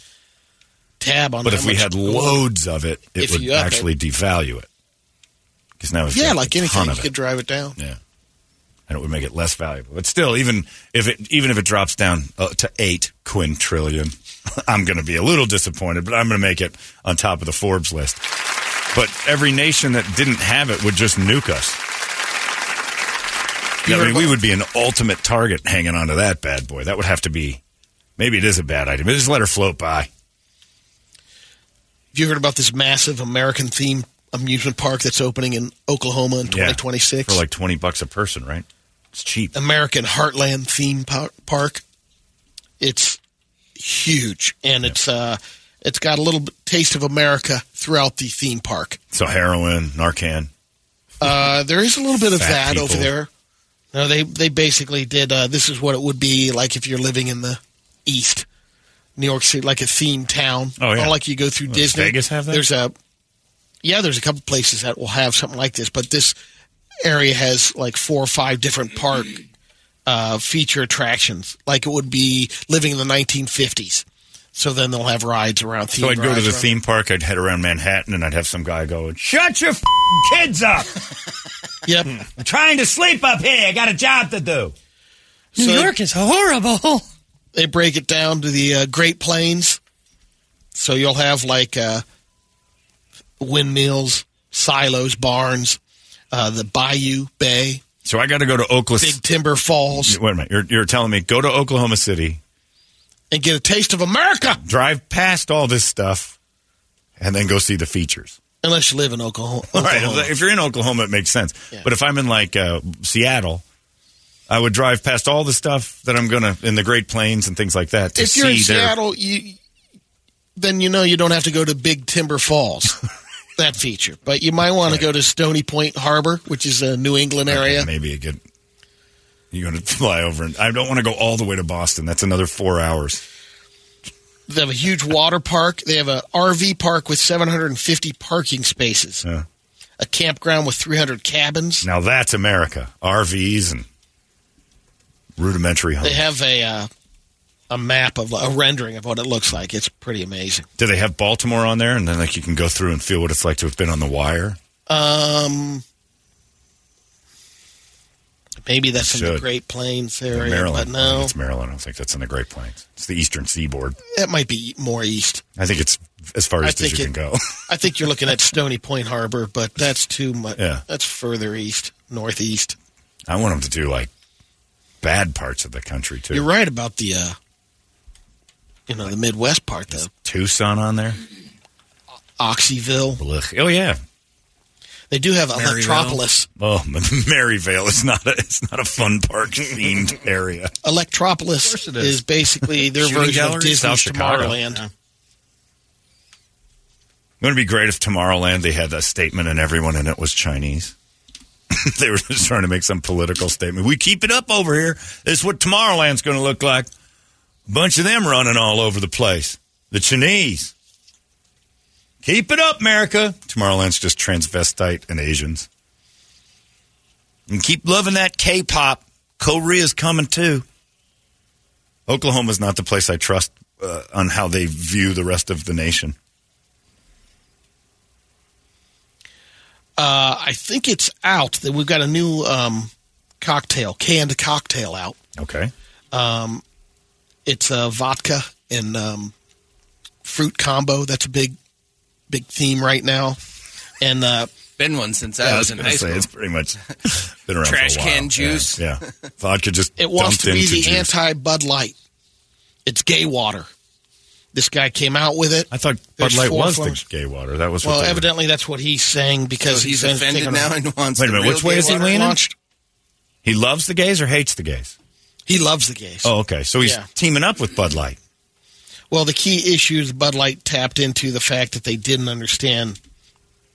Speaker 5: tab on.
Speaker 3: But
Speaker 5: how
Speaker 3: if we
Speaker 5: much
Speaker 3: had
Speaker 5: gold.
Speaker 3: loads of it, it
Speaker 5: If
Speaker 3: would
Speaker 5: you up it.
Speaker 3: actually devalue it. Because now, we've
Speaker 5: yeah,
Speaker 3: got
Speaker 5: like
Speaker 3: a
Speaker 5: anything,
Speaker 3: ton
Speaker 5: you
Speaker 3: of
Speaker 5: could
Speaker 3: it.
Speaker 5: drive it down.
Speaker 3: yeah, and it would make it less valuable. But still, even if it even if it drops down uh, to eight quintillion, I'm going to be a little disappointed. But I'm going to make it on top of the Forbes list. But every nation that didn't have it would just nuke us. Yeah, I mean, we would be an ultimate target hanging onto that bad boy. That would have to be. Maybe it is a bad idea. But just let her float by.
Speaker 5: Have you heard about this massive American theme amusement park that's opening in Oklahoma in 2026.
Speaker 3: for like twenty bucks a person, right? It's
Speaker 5: Um,
Speaker 3: cheap.
Speaker 5: American Heartland Theme po- Park. It's huge, and it's uh, it's got a little bit- taste of America throughout the theme park.
Speaker 3: So heroin, Narcan.
Speaker 5: Uh, there is a little bit of
Speaker 3: Fat
Speaker 5: that
Speaker 3: people.
Speaker 5: over there. No, they they basically did. Uh, this is what it would be like if you're living in the East, New York City, like a theme town.
Speaker 3: Oh, yeah.
Speaker 5: Not like you go through
Speaker 3: Does
Speaker 5: Disney.
Speaker 3: Vegas have that?
Speaker 5: There's a yeah. There's a couple places that will have something like this, but this area has like four or five different park uh, feature attractions. Like it would be living in the 1950s. So then they'll have rides around.
Speaker 3: So I'd go to
Speaker 5: rides
Speaker 3: the
Speaker 5: around-
Speaker 3: theme park. I'd head around Manhattan, and I'd have some guy go, "Shut your f- kids up!
Speaker 5: Yep.
Speaker 3: I'm trying to sleep up here. I got a job to do."
Speaker 7: New
Speaker 5: So they-
Speaker 7: York is horrible.
Speaker 5: they break it down to the uh, Great Plains. So you'll have like uh, windmills, silos, barns, uh, the Bayou Bay,
Speaker 3: So I got to go to Oklahoma.
Speaker 5: Big Timber Falls,
Speaker 3: Wait a minute. You're, you're telling me go to Oklahoma City,
Speaker 5: and get a taste of America.
Speaker 3: drive past all this stuff, and then go see the features.
Speaker 5: Unless you live in Oklahoma.
Speaker 3: All right.
Speaker 5: Oklahoma.
Speaker 3: If you're in Oklahoma, it makes sense.
Speaker 5: Yeah.
Speaker 3: But if I'm in like uh, Seattle, I would drive past all the stuff that I'm gonna in the Great Plains and things like that to
Speaker 5: If
Speaker 3: see
Speaker 5: you're in
Speaker 3: their-
Speaker 5: Seattle, you then you know you don't have to go to Big Timber Falls. That feature, but you might want to go to Stony Point Harbor, which is a New England area.
Speaker 3: Maybe a good. You're going to fly over, and I don't want to go all the way to Boston. That's another four hours.
Speaker 5: They have a huge water park. They have an RV park with 750 parking spaces.
Speaker 3: Yeah.
Speaker 5: A campground with 300 cabins.
Speaker 3: Now that's America. RVs and rudimentary homes.
Speaker 5: They have a uh, a map of a rendering of what it looks like. It's pretty amazing.
Speaker 3: Do they have Baltimore on there? And then like you can go through and feel what it's like to have been on the wire.
Speaker 5: Um, maybe that's in the
Speaker 3: Should.
Speaker 5: Great Plains area,
Speaker 3: Maryland.
Speaker 5: but
Speaker 3: I think
Speaker 5: no,
Speaker 3: It's Maryland. I don't think that's in the Great Plains. It's the eastern seaboard.
Speaker 5: that might be more east.
Speaker 3: I think it's as far
Speaker 5: I
Speaker 3: east as
Speaker 5: think
Speaker 3: you
Speaker 5: it-
Speaker 3: can go.
Speaker 5: I think you're looking at Stony Point Harbor, but that's too much.
Speaker 3: Yeah.
Speaker 5: That's further east, northeast.
Speaker 3: I want them to do like bad parts of the country too.
Speaker 5: You're right about the, uh, you know, the Midwest part, the
Speaker 3: Tucson on there.
Speaker 5: Oxyville.
Speaker 3: Ugh. Oh yeah.
Speaker 5: They do have
Speaker 6: Maryville.
Speaker 5: Electropolis.
Speaker 3: Oh, Maryvale is not a it's not a fun park themed area.
Speaker 5: Electropolis
Speaker 6: it
Speaker 5: is.
Speaker 6: is.
Speaker 5: basically their
Speaker 6: Shooting
Speaker 5: version of
Speaker 6: gallery,
Speaker 5: Disney's
Speaker 3: South Chicago.
Speaker 5: Tomorrowland.
Speaker 3: Wouldn't it be great if Tomorrowland they had a statement and everyone in it was Chinese? they were just trying to make some political statement. We keep it up over here. This is what Tomorrowland's going to look like. Bunch of them running all over the place. The Chinese. Keep it up, America. Tomorrowland's just transvestite and Asians. And keep loving that K-pop. Korea's coming too. Oklahoma's not the place I trust uh, on how they view the rest of the nation.
Speaker 5: Uh, I think it's out. That We've got a new um, cocktail, canned cocktail out.
Speaker 3: Okay.
Speaker 5: It's uh, vodka and um, fruit combo. That's a big, big theme right now. And uh,
Speaker 4: Been one since
Speaker 3: I
Speaker 4: I was
Speaker 3: was
Speaker 4: in
Speaker 3: gonna
Speaker 4: high
Speaker 3: say
Speaker 4: school.
Speaker 3: it's pretty much been around
Speaker 4: Trash
Speaker 3: for a while.
Speaker 4: can
Speaker 3: Yeah,
Speaker 4: juice.
Speaker 3: Yeah, vodka just
Speaker 5: it wants
Speaker 3: dumped
Speaker 5: to be
Speaker 3: into
Speaker 5: the
Speaker 3: juice.
Speaker 5: anti Bud Light. It's gay water. This guy came out with it.
Speaker 3: I thought Bud
Speaker 5: There's
Speaker 3: Light
Speaker 5: four
Speaker 3: was
Speaker 5: flavors.
Speaker 3: the gay water. That was what
Speaker 5: Well,
Speaker 3: they were-
Speaker 5: evidently that's what he's saying because
Speaker 4: So he's
Speaker 5: been
Speaker 4: offended
Speaker 5: thinking
Speaker 4: now
Speaker 5: about-
Speaker 4: and wants.
Speaker 3: Wait a
Speaker 4: the
Speaker 3: minute,
Speaker 4: real
Speaker 3: which way
Speaker 4: gay
Speaker 3: is he
Speaker 4: water?
Speaker 3: leaning?
Speaker 5: launched.
Speaker 3: He loves the gays or hates the gays.
Speaker 5: He loves the gays.
Speaker 3: Oh, okay. So he's
Speaker 5: Yeah.
Speaker 3: teaming up with Bud Light.
Speaker 5: Well, the key issue is Bud Light tapped into the fact that they didn't understand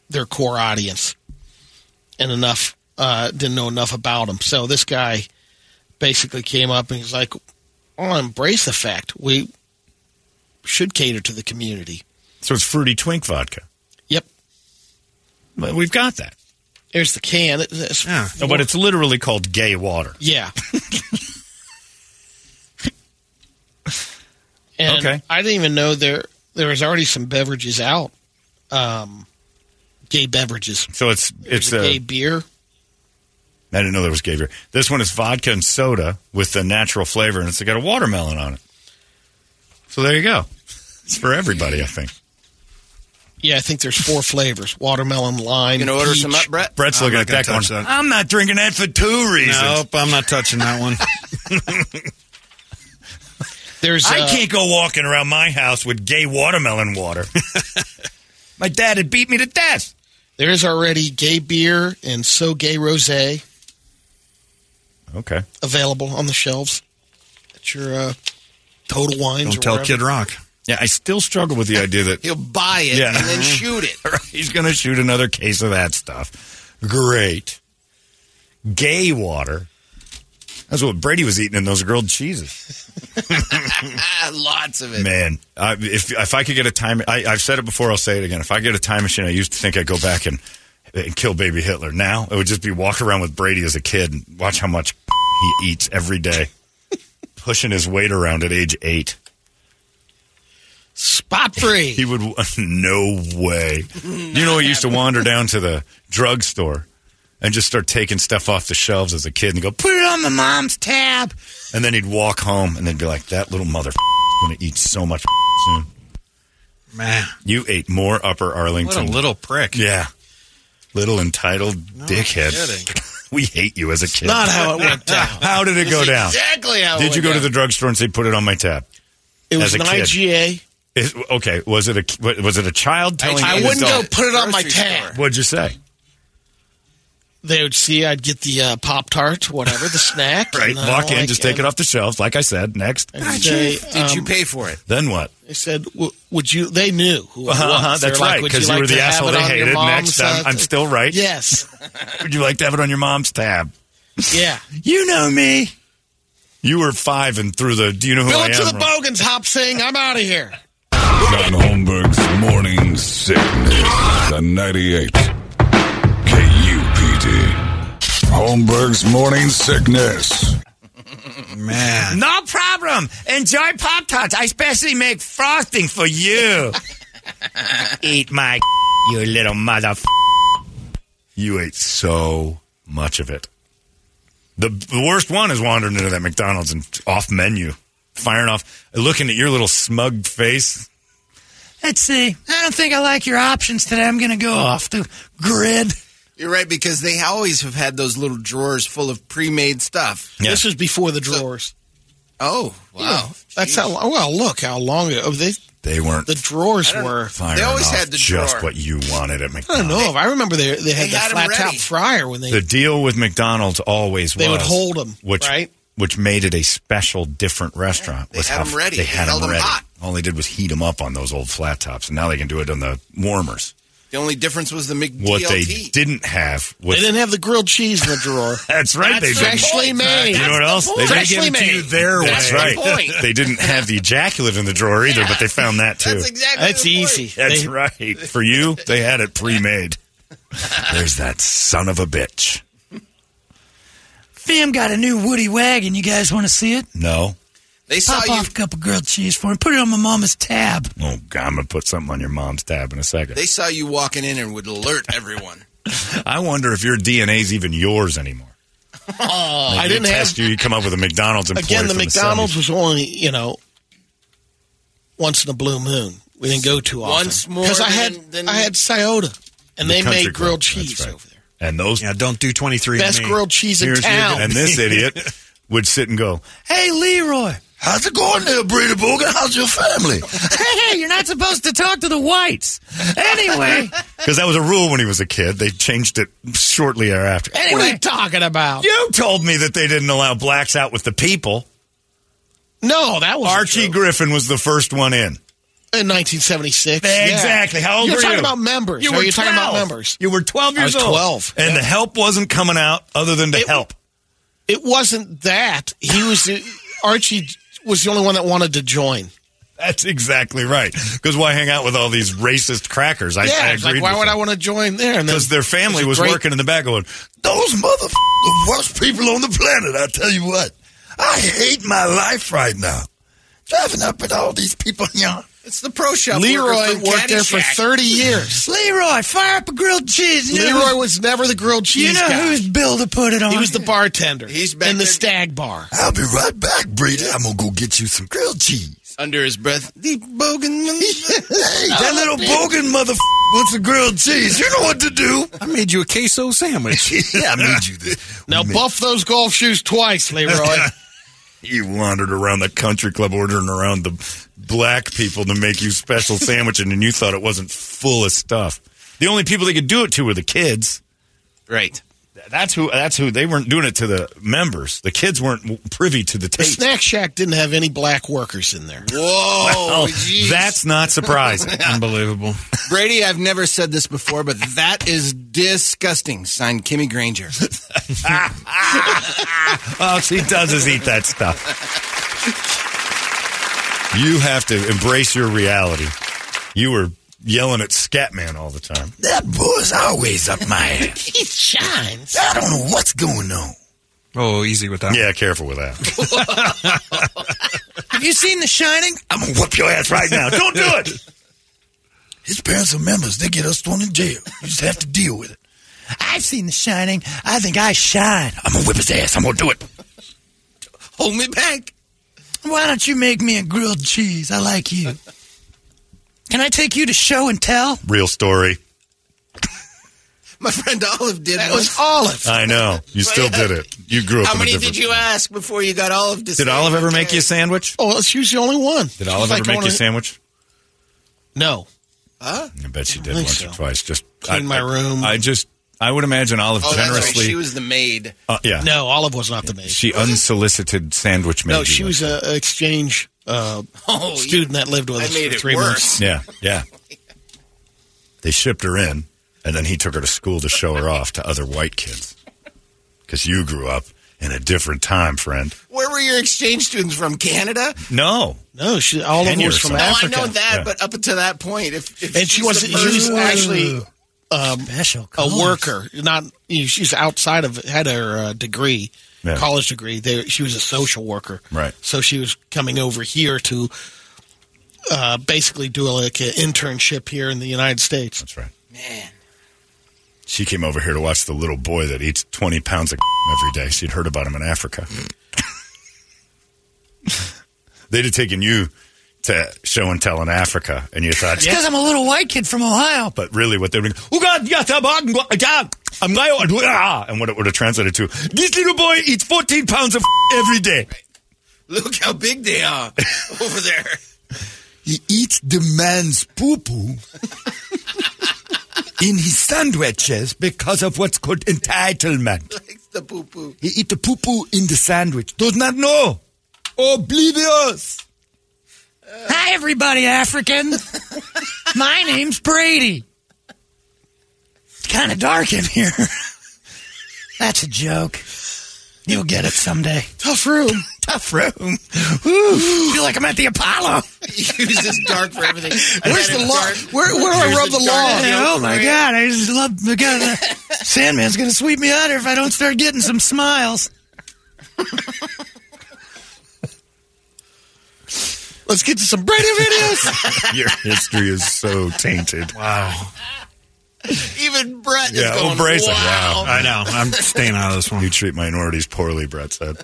Speaker 5: their core audience and enough uh, didn't know enough about them. So this guy basically came up and he's like, "I'll embrace the fact we should cater to the community."
Speaker 3: So it's fruity twink vodka.
Speaker 5: Yep,
Speaker 3: Well, We've got that.
Speaker 5: there's the can. It- it's-
Speaker 6: Yeah.
Speaker 3: No, but it's literally called gay water.
Speaker 5: Yeah. and
Speaker 3: Okay.
Speaker 5: I didn't even know there there was already some beverages out, um, gay beverages.
Speaker 3: So it's it's
Speaker 5: There's a
Speaker 3: a.
Speaker 5: gay beer.
Speaker 3: I didn't know there was gay beer. This one is vodka and soda with a natural flavor, and it's got a watermelon on it. So there you go. It's for everybody, I think.
Speaker 5: Yeah, I think there's four flavors: watermelon, lime.
Speaker 4: You gonna order
Speaker 5: peach.
Speaker 4: some up, Brett?
Speaker 3: Brett's
Speaker 6: I'm
Speaker 3: looking
Speaker 6: not
Speaker 3: at
Speaker 6: gonna
Speaker 3: that going,
Speaker 6: touch that.
Speaker 3: I'm not drinking that for two reasons.
Speaker 6: Nope, I'm not touching that one.
Speaker 5: There's
Speaker 3: I
Speaker 5: uh,
Speaker 3: can't go walking around my house with gay watermelon water. my dad had beat me to death.
Speaker 5: There is already gay beer and so gay rosé
Speaker 3: Okay.
Speaker 5: available on the shelves at your uh, Total Wines.
Speaker 6: Don't
Speaker 5: or
Speaker 6: tell
Speaker 5: wherever.
Speaker 6: Kid Rock.
Speaker 3: Yeah, I still struggle with the idea that
Speaker 4: He'll buy it
Speaker 3: Yeah.
Speaker 4: and then shoot it.
Speaker 3: he's going to shoot another case of that stuff. Great. Gay water. That's what Brady was eating in those grilled cheeses.
Speaker 4: Ah, lots of it.
Speaker 3: Man, I, if if I could get a time, I, I've said it before. I'll say it again. If I get a time machine, I used to think I'd go back and, and kill baby Hitler. Now it would just be walk around with Brady as a kid and watch how much he eats every day, pushing his weight around at age eight.
Speaker 5: Spot free.
Speaker 3: He would. No way. you know, I used to wander down to the drugstore and just start taking stuff off the shelves as a kid and go, put it on the mom's tab. And then he'd walk home and they'd be like, that little mother is going to eat so much soon.
Speaker 6: Man,
Speaker 3: You ate more Upper
Speaker 6: what a
Speaker 3: Arlington.
Speaker 6: little prick.
Speaker 3: yeah. Little entitled dickhead.
Speaker 6: kidding.
Speaker 3: we hate you as a kid.
Speaker 5: Not how it went down.
Speaker 3: How did it go down?
Speaker 5: Exactly how it
Speaker 3: Did you
Speaker 5: went
Speaker 3: go to
Speaker 5: down.
Speaker 3: the drugstore and say, put it on my tab?
Speaker 5: It was
Speaker 3: as a
Speaker 5: an
Speaker 3: kid?
Speaker 5: IGA.
Speaker 3: Is, okay, was it a was it a child telling
Speaker 5: I
Speaker 3: an
Speaker 5: wouldn't go
Speaker 3: adult?
Speaker 5: put it on my
Speaker 4: Grocery
Speaker 5: tab.
Speaker 4: store.
Speaker 3: What'd you say?
Speaker 5: They would see I'd get the uh, Pop Tart, whatever, the snack.
Speaker 3: Right.
Speaker 5: and, uh,
Speaker 3: Walk in,
Speaker 5: like,
Speaker 3: just take it
Speaker 5: and
Speaker 3: off the shelf, like I said. Next.
Speaker 5: I'd say,
Speaker 4: Did
Speaker 5: um,
Speaker 4: you pay for it?
Speaker 3: Then what?
Speaker 5: They said, "W- "Would you?" They knew who I was.
Speaker 3: Uh-huh,
Speaker 5: They were
Speaker 3: that's
Speaker 5: like,
Speaker 3: right,
Speaker 5: "Would
Speaker 3: because you,
Speaker 5: like
Speaker 3: were
Speaker 5: to
Speaker 3: the
Speaker 5: have
Speaker 3: asshole
Speaker 5: it
Speaker 3: they
Speaker 5: on your
Speaker 3: hated.
Speaker 5: mom's,
Speaker 3: Next, I'm,
Speaker 5: uh,
Speaker 3: I'm still right.
Speaker 5: Yes,
Speaker 3: Would you like to have it on your mom's tab?
Speaker 5: yeah.
Speaker 3: You know me. You were five and through the. Do you know who
Speaker 5: Bill
Speaker 3: I
Speaker 5: it
Speaker 3: am?
Speaker 5: to the Bogans, Hop Sing. I'm out of here.
Speaker 1: John Holmberg's Morning Sickness. The 98. KUPD. Holmberg's Morning Sickness.
Speaker 6: Man.
Speaker 3: No problem. Enjoy Pop Tarts. I especially make frosting for you. Eat my you little mother. You ate so much of it. The, the worst one is wandering into that McDonald's and off menu, firing off, looking at your little smug face.
Speaker 7: Let's see. I don't think I like your options today. I'm going to go off the grid.
Speaker 4: You're right because they always have had those little drawers full of pre-made stuff.
Speaker 3: Yeah.
Speaker 5: This was before the drawers.
Speaker 4: Oh wow,
Speaker 5: That's how. Well, look how long ago they,
Speaker 3: They weren't
Speaker 5: the drawers were.
Speaker 3: firing
Speaker 4: They always
Speaker 3: off
Speaker 4: had the
Speaker 3: just
Speaker 4: drawer.
Speaker 3: what you wanted at
Speaker 5: I don't
Speaker 3: McDonald's.
Speaker 5: know. if I remember they they had
Speaker 4: They
Speaker 5: the
Speaker 4: had 'em
Speaker 5: flat top
Speaker 4: ready.
Speaker 5: fryer when they
Speaker 3: The deal with McDonald's always
Speaker 5: They
Speaker 3: was
Speaker 5: would hold 'em,
Speaker 3: which
Speaker 5: right?
Speaker 3: which made it a special, different restaurant.
Speaker 4: they
Speaker 3: was
Speaker 4: had
Speaker 3: how
Speaker 4: 'em ready.
Speaker 3: They
Speaker 4: They
Speaker 3: had
Speaker 4: held
Speaker 3: them
Speaker 4: 'em
Speaker 3: ready.
Speaker 4: hot.
Speaker 3: All they did was heat them up on those old flat tops, and now they can do it on the warmers.
Speaker 4: the only difference was the McDLT.
Speaker 3: What they didn't have was
Speaker 5: they didn't have the grilled cheese in the drawer.
Speaker 3: that's right.
Speaker 5: That's
Speaker 3: they didn't.
Speaker 5: freshly made.
Speaker 3: You know what else? They didn't
Speaker 5: Freshly
Speaker 3: give it to
Speaker 5: made.
Speaker 3: you their
Speaker 4: That's
Speaker 3: way.
Speaker 4: the point.
Speaker 3: They didn't have the ejaculate in the drawer either, but they found that too.
Speaker 4: That's exactly.
Speaker 5: That's
Speaker 4: the point.
Speaker 5: easy.
Speaker 3: That's
Speaker 5: They-
Speaker 3: right. For you, they had it pre-made. There's that son of a bitch.
Speaker 7: Fam got a new Woody wagon. You guys want to see it?
Speaker 3: No.
Speaker 4: They saw
Speaker 7: Pop
Speaker 4: you.
Speaker 7: off a couple grilled cheese for him. Put it on my mama's tab.
Speaker 3: Oh, God, I'm going to put something on your mom's tab in a second.
Speaker 4: They saw you walking in and would alert everyone.
Speaker 3: I wonder if your DNA's even yours anymore.
Speaker 5: I didn't
Speaker 3: they
Speaker 5: have
Speaker 3: test you. You come up with a McDonald's employee
Speaker 5: again. The
Speaker 3: from
Speaker 5: McDonald's
Speaker 3: 70s.
Speaker 5: was only you know once in a blue moon. We didn't go too often.
Speaker 4: Once more
Speaker 5: because I
Speaker 4: than-
Speaker 5: had
Speaker 4: than-
Speaker 5: I had Sciota, and
Speaker 3: The
Speaker 5: they
Speaker 3: country
Speaker 5: made grilled
Speaker 3: club. That's
Speaker 5: cheese
Speaker 3: right.
Speaker 5: over there.
Speaker 3: and those
Speaker 6: Yeah, don't do 23
Speaker 5: Best
Speaker 6: and me.
Speaker 5: grilled cheese in
Speaker 3: here's your-
Speaker 5: town.
Speaker 3: and this idiot would sit and go,
Speaker 7: Hey, Leroy.
Speaker 1: How's it going there, Brady Bogan? How's your family?
Speaker 7: Hey, you're not supposed to talk to the whites. Anyway,
Speaker 3: because that was a rule when he was a kid. They changed it shortly thereafter.
Speaker 5: what are you talking about?
Speaker 3: You told me that they didn't allow blacks out with the people.
Speaker 5: No, that was
Speaker 3: Archie Griffin was 1976 one in.
Speaker 5: in 1976. yeah.
Speaker 3: Exactly. How old
Speaker 5: you're
Speaker 3: were
Speaker 5: talking
Speaker 3: you?
Speaker 5: about members. You
Speaker 3: were
Speaker 5: are you talking about
Speaker 3: 12.
Speaker 5: members?
Speaker 3: You were 12
Speaker 5: I
Speaker 3: years
Speaker 5: was
Speaker 3: old.
Speaker 5: 12,
Speaker 3: And the help wasn't coming out other than to
Speaker 5: It-
Speaker 3: help.
Speaker 5: It wasn't that he was. The, Archie was the only one that wanted to join.
Speaker 3: That's exactly right. Because why hang out with all these racist crackers? I,
Speaker 5: yeah,
Speaker 3: I
Speaker 5: it's like
Speaker 3: agreed
Speaker 5: why
Speaker 3: with
Speaker 5: would
Speaker 3: him.
Speaker 5: I want to join there? And then-
Speaker 3: Because their family
Speaker 5: it
Speaker 3: was
Speaker 5: great-
Speaker 3: working in the back going,
Speaker 1: Those mother the worst people on the planet, I tell you what. I hate my life right now. Driving up with all these people here.
Speaker 4: It's the pro shop. workers
Speaker 5: Leroy
Speaker 4: from
Speaker 5: worked there for
Speaker 4: Caddyshack.
Speaker 5: 30 years.
Speaker 7: Leroy, fire up a grilled cheese. You know
Speaker 5: Leroy was never the grilled
Speaker 7: who-
Speaker 5: cheese
Speaker 7: you know
Speaker 5: guy.
Speaker 7: whose bill to put it on.
Speaker 5: he was the bartender.
Speaker 4: He's back
Speaker 5: in the
Speaker 4: there-
Speaker 5: stag bar.
Speaker 1: I'll be right back, Brady. I'm gonna go get you some grilled cheese.
Speaker 4: Under his breath, the bogan.
Speaker 1: Hey, that little bogan mother wants a grilled cheese. You know what to do.
Speaker 6: I made you a queso sandwich.
Speaker 1: yeah, I made you this.
Speaker 5: Now
Speaker 1: We made-
Speaker 5: buff those golf shoes twice, Leroy.
Speaker 3: You wandered around the country club ordering around the black people to make you special sandwich, and then you thought it wasn't full of stuff. The only people they could do it to were the kids.
Speaker 4: Right.
Speaker 3: That's who. That's who. They weren't doing it to the members. The kids weren't privy to the
Speaker 5: The
Speaker 3: tape.
Speaker 5: snack shack didn't have any black workers in there. Oh,
Speaker 4: Whoa.
Speaker 3: that's not surprising.
Speaker 6: Unbelievable.
Speaker 4: Brady, I've never said this before, but that is disgusting. Signed Kimmy Granger.
Speaker 3: All she does is eat that stuff. You have to embrace your reality. You were yelling at Scatman all the time.
Speaker 1: That boy's always up my ass.
Speaker 5: It shines.
Speaker 1: I don't know what's going on.
Speaker 6: Oh, easy with that.
Speaker 3: Yeah, careful with that.
Speaker 1: Have you seen The Shining? I'm gonna whoop your ass right now. Don't do it. His parents are members. They get us thrown in jail. You just have to deal with it.
Speaker 7: I've seen The Shining. I think I shine.
Speaker 1: I'm gonna whip his ass. I'm gonna do it.
Speaker 4: Hold me back.
Speaker 7: Why don't you make me a grilled cheese? I like you. Can I take you to show and tell?
Speaker 3: Real story.
Speaker 4: My friend Olive did
Speaker 5: That
Speaker 4: once.
Speaker 5: was Olive.
Speaker 3: I know. You still did it. You grew up.
Speaker 4: How
Speaker 3: in
Speaker 4: many
Speaker 3: a different-
Speaker 4: did you ask before you got Olive to
Speaker 3: Did Olive ever make you a sandwich?
Speaker 5: Oh, well, she was the only one.
Speaker 3: Did Olive ever make you a sandwich?
Speaker 5: No.
Speaker 3: I bet she did
Speaker 5: think
Speaker 3: once or
Speaker 5: so.
Speaker 3: twice. Just
Speaker 5: Cleaned
Speaker 3: I-
Speaker 5: my
Speaker 3: I-
Speaker 5: room.
Speaker 3: I just. I would imagine Olive
Speaker 4: Oh, that's right.
Speaker 3: generously.
Speaker 4: She was the maid.
Speaker 3: uh, yeah.
Speaker 5: No, Olive was not the maid.
Speaker 3: She unsolicited sandwich made.
Speaker 5: no, she was an exchange uh,
Speaker 4: Oh,
Speaker 5: student that lived with
Speaker 4: I
Speaker 5: us
Speaker 4: made
Speaker 5: for
Speaker 4: it
Speaker 5: three
Speaker 4: worse.
Speaker 5: months.
Speaker 3: Yeah, yeah. They shipped her in, and then he took her to school to show her off to other white kids. Because you grew up in a different time, friend.
Speaker 4: Where were your exchange students from? Canada?
Speaker 3: No.
Speaker 5: No, she, Olive
Speaker 3: Kenya
Speaker 5: was
Speaker 3: or
Speaker 5: from
Speaker 3: something.
Speaker 4: No,
Speaker 7: Oh,
Speaker 5: Africa.
Speaker 4: I know that,
Speaker 3: Yeah.
Speaker 4: but up until that point, if, if
Speaker 5: And she
Speaker 4: she's
Speaker 5: wasn't.
Speaker 4: the
Speaker 5: She was
Speaker 4: first-
Speaker 5: actually um,
Speaker 7: Special.
Speaker 5: a worker, not you know, she's outside of had her uh, degree,
Speaker 3: Yeah.
Speaker 5: college degree. They, she was a social worker,
Speaker 3: Right.
Speaker 5: So she was coming over here to uh, basically do like an internship here in the United States.
Speaker 3: That's right.
Speaker 4: man.
Speaker 3: She came over here to watch the little boy that eats 20 pounds of every day. She'd heard about him in Africa. They'd have taken you to show and tell in Africa, and you thought,
Speaker 7: Because I'm a little white kid from Ohio.
Speaker 3: But really, what they would oh god, yes, I'm on- yeah, I'm going on- ah," and what it would have translated to, this little boy eats 14 pounds of every day.
Speaker 4: Look how big they are over there.
Speaker 1: He eats the man's poo poo in his sandwiches because of what's called entitlement.
Speaker 4: It's the poo poo.
Speaker 1: He eat the poo poo in the sandwich. Does not know. Oblivious.
Speaker 5: Uh.
Speaker 7: Hi, everybody, African. My name's Brady. It's kind of dark in here. That's a joke. You'll get it someday.
Speaker 5: Tough room.
Speaker 7: Tough room. Ooh, feel like I'm at the Apollo.
Speaker 4: He was just dark for everything.
Speaker 5: Where's the law? Where, where do I
Speaker 4: Here's
Speaker 5: rub the
Speaker 4: the dark-
Speaker 5: law?
Speaker 7: oh my God! I just love. I gotta, Sandman's gonna sweep me under if I don't start getting some smiles.
Speaker 5: Let's get to some Brady videos.
Speaker 3: Your history is so tainted.
Speaker 6: Wow.
Speaker 4: Even Brett
Speaker 3: Yeah,
Speaker 4: is
Speaker 3: oh,
Speaker 4: going,
Speaker 3: Brayson,
Speaker 4: wow.
Speaker 6: I know. I'm staying out of this
Speaker 3: You
Speaker 6: one.
Speaker 3: treat minorities poorly, Brett said.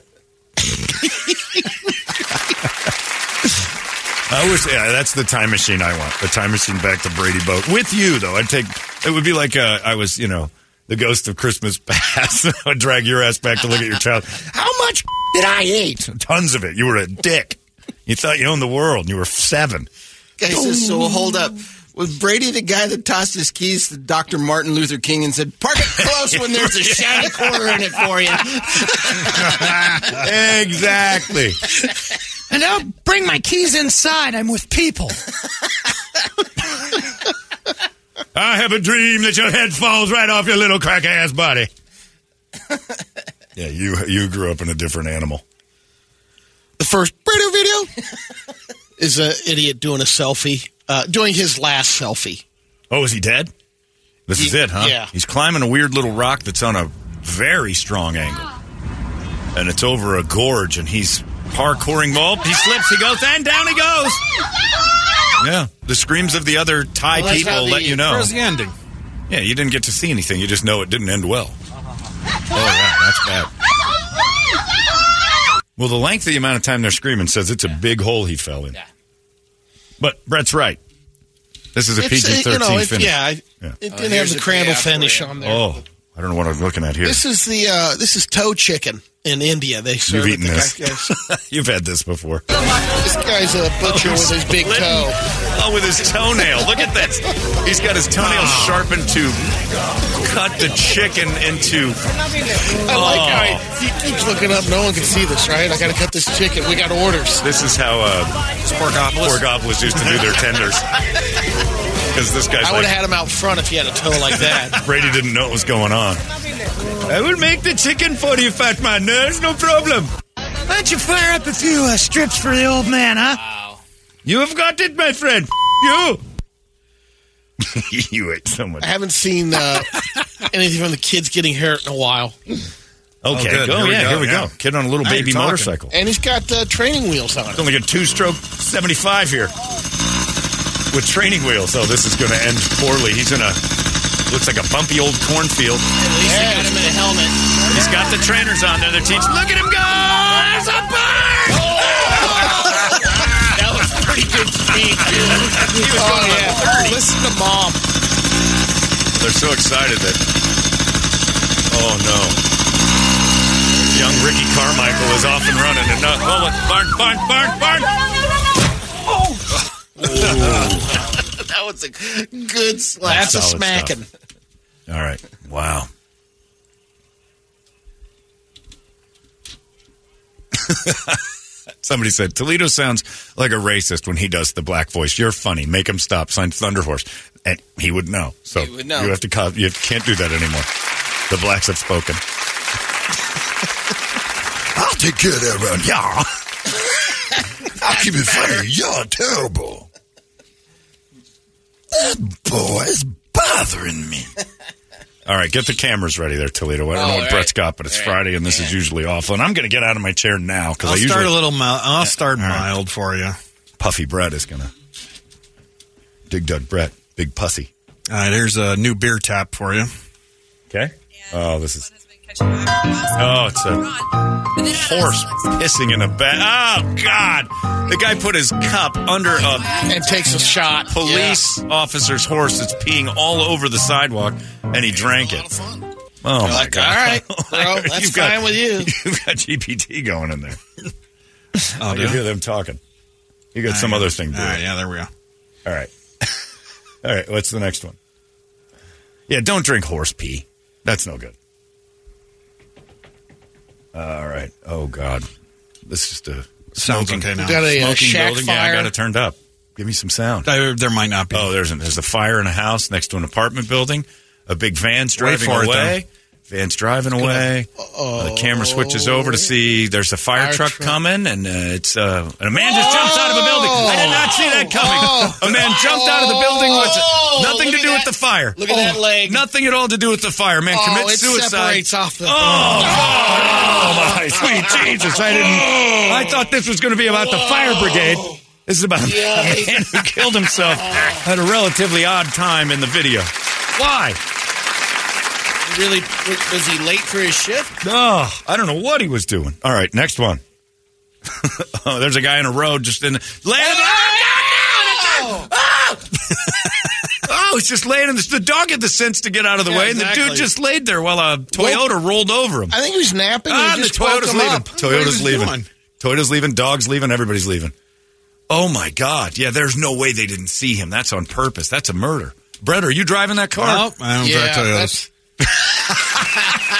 Speaker 3: I wish yeah, that's the time machine I want. The time machine back to Brady Boat with you though. I'd take it would be like uh, I was you know the ghost of Christmas past. I'd drag your ass back to look at your child. How much did I eat? Tons of it. You were a dick. You thought you owned the world. You were seven.
Speaker 4: Guy says, so hold up. Was Brady the guy that tossed his keys to Dr. Martin Luther King and said, park it close when there's a shiny quarter in it for you?
Speaker 3: exactly.
Speaker 7: And I'll bring my keys inside. I'm with people.
Speaker 3: I have a dream that your head falls right off your little crack ass body. yeah, you you grew up in a different animal.
Speaker 5: The first Brady video is an idiot doing a selfie, uh, doing his last selfie.
Speaker 3: Oh, is he dead? This is
Speaker 5: Ye-
Speaker 3: it, huh?
Speaker 5: yeah.
Speaker 3: He's climbing a weird little rock that's on a very strong angle. And it's over a gorge, and he's parkouring. Well, he slips, he goes, and down he goes. Yeah. The screams of the other Thai
Speaker 4: Well, that's how
Speaker 3: people
Speaker 4: the-
Speaker 3: let you know. Oh,
Speaker 6: Where's the ending?
Speaker 3: Yeah, you didn't get to see anything. You just know it didn't end well. Oh, yeah, that's bad. Well, the length of the amount of time they're screaming says it's a big hole he fell in. But Brett's right. This is a
Speaker 5: It's, uh,
Speaker 3: PG 13
Speaker 5: you know, it-
Speaker 3: finish. Oh,
Speaker 5: yeah, I-
Speaker 3: Yeah.
Speaker 5: it
Speaker 4: Oh,
Speaker 5: didn't
Speaker 4: here's
Speaker 5: have the
Speaker 4: a
Speaker 5: Crandall
Speaker 4: payoff for
Speaker 5: finish
Speaker 4: you.
Speaker 5: on there.
Speaker 3: Oh, I don't know what I'm looking at here.
Speaker 5: This is the uh, this is toe chicken in India. They serve
Speaker 3: You've
Speaker 5: at
Speaker 3: eaten
Speaker 5: the
Speaker 3: this.
Speaker 5: Caucasian-
Speaker 3: You've had this before.
Speaker 5: This guy's uh, a butcher with his big toe.
Speaker 3: Oh, with his toenail. Look at this. He's got his toenail
Speaker 5: Ah.
Speaker 3: sharpened to cut the chicken into.
Speaker 5: I
Speaker 3: Oh.
Speaker 5: like how he, he keeps looking up. No one can see this, right? I got to cut this chicken. We got orders.
Speaker 3: This is how uh,
Speaker 6: Porkopolis.
Speaker 3: Porgopolis used to do their tenders. Because this guy's
Speaker 5: I would
Speaker 3: like,
Speaker 5: have had him out front if he had a toe like that.
Speaker 3: Brady didn't know what was going on. I will make the chicken for you, fat man. There's no problem.
Speaker 7: Why don't you fire up a few uh, strips for the old man, huh?
Speaker 3: You have got it, my friend. You. you ate so much.
Speaker 5: I haven't seen uh, anything from the kids getting hurt in a while.
Speaker 3: Okay,
Speaker 6: good.
Speaker 3: go.
Speaker 6: Here we
Speaker 3: yeah,
Speaker 6: go,
Speaker 3: Oh, here we
Speaker 6: yeah.
Speaker 3: go. Kid on a little
Speaker 6: Now
Speaker 3: baby
Speaker 6: you're talking.
Speaker 3: motorcycle.
Speaker 5: And he's got uh, training wheels on
Speaker 3: It's
Speaker 5: it.
Speaker 3: only a two-stroke 75 here with training wheels. Oh, this is going to end poorly. He's in a looks like a bumpy old cornfield.
Speaker 5: At least they got him in a helmet.
Speaker 3: He's got the trainers on there. They're teaching. Look at him go! There's a barn!
Speaker 5: That was pretty good speed, dude.
Speaker 3: He was
Speaker 5: Oh,
Speaker 3: going
Speaker 5: yeah. Listen to mom.
Speaker 3: They're so excited that. Oh no! Young Ricky Carmichael is off and running, and not oh, what- barn, barn, barn, barn.
Speaker 5: That was a good slap. That's, a
Speaker 3: Solid
Speaker 5: smacking.
Speaker 3: All right. Wow. Somebody said Toledo sounds like a racist when he does the black voice. You're funny. Make him stop. Sign Thunderhorse, and he would know. So
Speaker 4: He would know.
Speaker 3: you have to. co- You can't do that anymore. The blacks have spoken.
Speaker 1: I'll take care of that around y'all. I'll keep it funny. Y'all are terrible. That boy is bothering me.
Speaker 3: All right, get the cameras ready there, Toledo. I don't know what
Speaker 5: all
Speaker 3: Brett's
Speaker 5: right.
Speaker 3: got, but it's Friday, and this is usually awful. And I'm going to get out of my chair now because I
Speaker 6: I'll
Speaker 3: usually
Speaker 6: start a little mild. I'll start
Speaker 3: all right.
Speaker 6: mild for you.
Speaker 3: Puffy Brett is going to dig dug Brett, big pussy.
Speaker 6: All right, here's a new beer tap for you.
Speaker 3: Okay. Oh, this is Oh, it's a horse pissing in a bag. Oh God! The guy put his cup under a
Speaker 5: And takes a shot.
Speaker 3: police officer's horse that's peeing all over the sidewalk, and he drank it. Oh my
Speaker 5: Like, all
Speaker 3: God!
Speaker 5: right, bro, that's
Speaker 3: You've
Speaker 5: fine with you.
Speaker 3: You've got GPT going in there.
Speaker 6: Oh,
Speaker 3: I
Speaker 6: do
Speaker 3: can
Speaker 6: I?
Speaker 3: hear them talking. You got some
Speaker 6: All right.
Speaker 3: other thing, dude.
Speaker 6: All right, Ah, yeah, there we go.
Speaker 3: All right. All right. What's the next one? Yeah, don't drink horse pee. That's no good. All right. Oh God, this is the
Speaker 6: Sounds
Speaker 3: smoking-
Speaker 6: okay now.
Speaker 5: Got a uh,
Speaker 3: smoking
Speaker 5: shack
Speaker 3: building. Yeah, I
Speaker 5: fire.
Speaker 3: got it turned up. Give me some sound.
Speaker 6: There, Uh, there might not be.
Speaker 3: Oh, there's an, there's a fire in a house next to an apartment building. A big van's
Speaker 6: Wait
Speaker 3: driving
Speaker 6: for it,
Speaker 3: away. van's driving away. Uh, the camera switches over to see there's a fire,
Speaker 5: Fire
Speaker 3: truck,
Speaker 5: truck.
Speaker 3: coming, and uh, it's uh, and a man just jumps out of a building. I did not see that coming. A man jumped out of the building
Speaker 5: Oh,
Speaker 3: with nothing
Speaker 5: look
Speaker 3: to
Speaker 5: at
Speaker 3: do with
Speaker 5: that.
Speaker 3: the fire. Oh,
Speaker 5: Look at that leg.
Speaker 3: Nothing at all to do with the fire. Man
Speaker 5: Oh,
Speaker 3: commits
Speaker 5: it
Speaker 3: suicide.
Speaker 5: separates off the.
Speaker 3: Oh my sweet Jesus! I didn't. I thought this was going to be about the fire brigade. This is about a man who killed himself at a relatively odd time in the video. Why?
Speaker 4: Really, was he late for his shift?
Speaker 3: Oh, I don't know what he was doing. All right, next one. oh, there's a guy in a road just in. Laying oh, he's oh, just laying in the. The dog had the sense to get out of the
Speaker 5: Yeah,
Speaker 3: way, and the
Speaker 5: exactly.
Speaker 3: dude just laid there while a Toyota rolled over him.
Speaker 5: I think he was napping. and
Speaker 3: Ah,
Speaker 5: he
Speaker 3: the
Speaker 5: just woke
Speaker 3: Toyota's
Speaker 5: him
Speaker 3: leaving.
Speaker 5: up.
Speaker 3: Toyota's
Speaker 6: he
Speaker 3: leaving.
Speaker 6: doing?
Speaker 3: Toyota's leaving. Dog's leaving. Everybody's leaving. Oh my God! Yeah, there's no way they didn't see him. That's on purpose. That's a murder. Brett, are you driving that car?
Speaker 6: Nope, Oh, I don't
Speaker 5: Yeah,
Speaker 6: drive Toyotas.
Speaker 5: that's-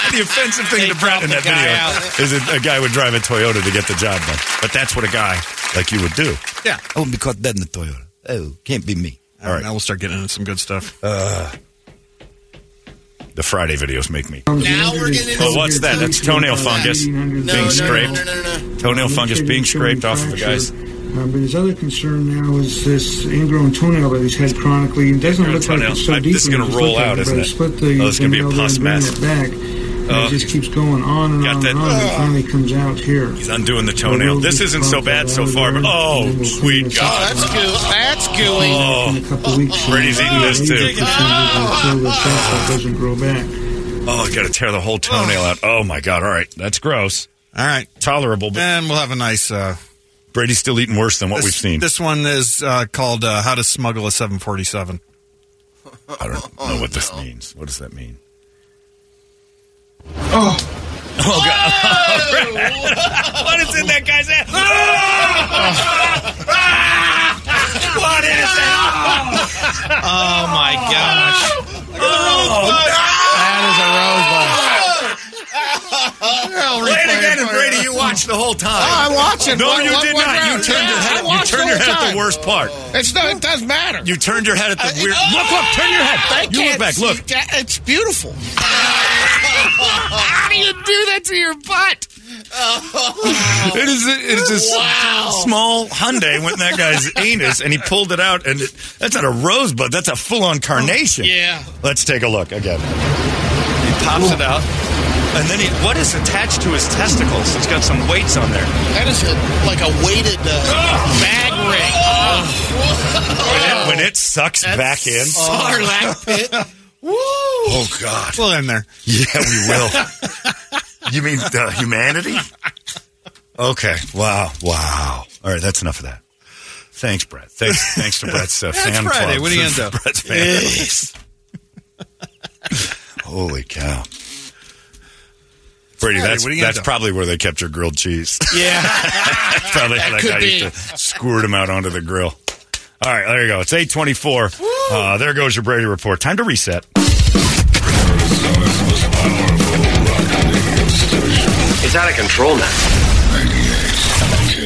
Speaker 3: the offensive thing to Brett in that
Speaker 5: the guy
Speaker 3: video
Speaker 5: out.
Speaker 3: is that a guy would drive a Toyota to get the job done. But that's what a guy like you would do.
Speaker 6: Yeah.
Speaker 3: I wouldn't be caught dead in a Toyota. Oh, can't be me. All right. Uh,
Speaker 6: Now we'll start getting into some good stuff.
Speaker 3: The Friday videos make me.
Speaker 5: Now we're getting into
Speaker 3: Oh, what's that? That's toenail fungus being scraped. Toenail fungus being scraped off of a guy's.
Speaker 8: Uh, but his other concern now is this ingrown toenail that he's had chronically. It doesn't
Speaker 3: Ingrown
Speaker 8: look like
Speaker 3: toenail.
Speaker 8: it's so
Speaker 3: I-
Speaker 8: deep.
Speaker 3: this is gonna
Speaker 8: in his
Speaker 3: roll
Speaker 8: lip,
Speaker 3: out,
Speaker 8: but
Speaker 3: isn't
Speaker 8: I
Speaker 3: it?
Speaker 8: Split the,
Speaker 3: Oh, this is gonna be a
Speaker 8: toenail
Speaker 3: pus
Speaker 8: and bring
Speaker 3: mess.
Speaker 8: it Back, and
Speaker 3: Oh.
Speaker 8: it just keeps going on and
Speaker 3: Got
Speaker 8: on
Speaker 3: that-
Speaker 8: and on. and it finally comes out here.
Speaker 3: He's undoing the toenail. This isn't so bad so far, but oh, sweet
Speaker 5: Oh,
Speaker 3: God. Oh,
Speaker 5: that's goo. That's gooey.
Speaker 8: In a couple weeks,
Speaker 3: Brady's eating this, too.
Speaker 8: 80% of
Speaker 5: Oh.
Speaker 8: the toenail doesn't grow back.
Speaker 3: Oh, I got to tear the whole toenail out. Oh, my God. All right. That's gross.
Speaker 6: All right.
Speaker 3: Tolerable, but
Speaker 6: And we'll have a nice. Uh,
Speaker 3: Brady's still eating worse than what
Speaker 6: this,
Speaker 3: we've seen.
Speaker 6: This one is uh, called uh, "How to Smuggle a 747."
Speaker 3: I don't know what this means. What does that mean? Oh, God. what is in that guy's
Speaker 5: Ah!
Speaker 3: ass? Ah!
Speaker 1: What is that?
Speaker 5: Oh my gosh.
Speaker 3: Oh, Play it again, and Brady, you watched the whole time.
Speaker 5: I'm watching.
Speaker 3: No,
Speaker 5: One-
Speaker 3: you
Speaker 5: one-
Speaker 3: did
Speaker 5: one
Speaker 3: not. You
Speaker 5: round.
Speaker 3: turned your
Speaker 5: Yeah, I
Speaker 3: head. You
Speaker 5: watched
Speaker 3: turned
Speaker 5: the
Speaker 3: your
Speaker 5: whole
Speaker 3: head at the
Speaker 5: time.
Speaker 3: worst part.
Speaker 5: It's no, it doesn't matter.
Speaker 3: You turned your head at the
Speaker 5: I-
Speaker 3: weird.
Speaker 5: I-
Speaker 3: Look, look, turn your
Speaker 5: I
Speaker 3: head. You look
Speaker 5: can't
Speaker 3: back.
Speaker 5: see
Speaker 3: Look.
Speaker 5: that. It's beautiful. How do you do that to your butt?
Speaker 3: It is. It is this small Hyundai went in that guy's anus, and he pulled it out. And it, that's not a rosebud. That's a full-on carnation.
Speaker 5: Yeah.
Speaker 3: Let's take a look again. He pops it out, and then he. What is attached to his testicles? He's got some weights on there.
Speaker 5: That is a, like a weighted uh,
Speaker 3: Ah.
Speaker 5: bag ring.
Speaker 3: When
Speaker 5: Oh.
Speaker 3: it, when it sucks back in.
Speaker 5: Sarlacc pit.
Speaker 3: Oh God.
Speaker 6: Well, in there.
Speaker 3: Yeah, we will. you mean uh, humanity? Okay. Wow. Wow. All right. That's enough of that. Thanks, Brett. Thanks, thanks to Brett's uh, fan
Speaker 6: Friday.
Speaker 3: club.
Speaker 6: What do you
Speaker 3: for-
Speaker 6: end up?
Speaker 3: for Brett's fan club. Holy cow. Brady,
Speaker 6: Friday.
Speaker 3: that's,
Speaker 6: What do you
Speaker 3: that's
Speaker 6: end up?
Speaker 3: probably where they kept your grilled cheese.
Speaker 5: Yeah.
Speaker 3: that's probably how that
Speaker 5: could
Speaker 3: guy
Speaker 5: be.
Speaker 3: used to squirt them out onto the grill. All right, there you go. It's 824. Uh, there goes your Brady report. Time to reset.
Speaker 9: It's out of control now.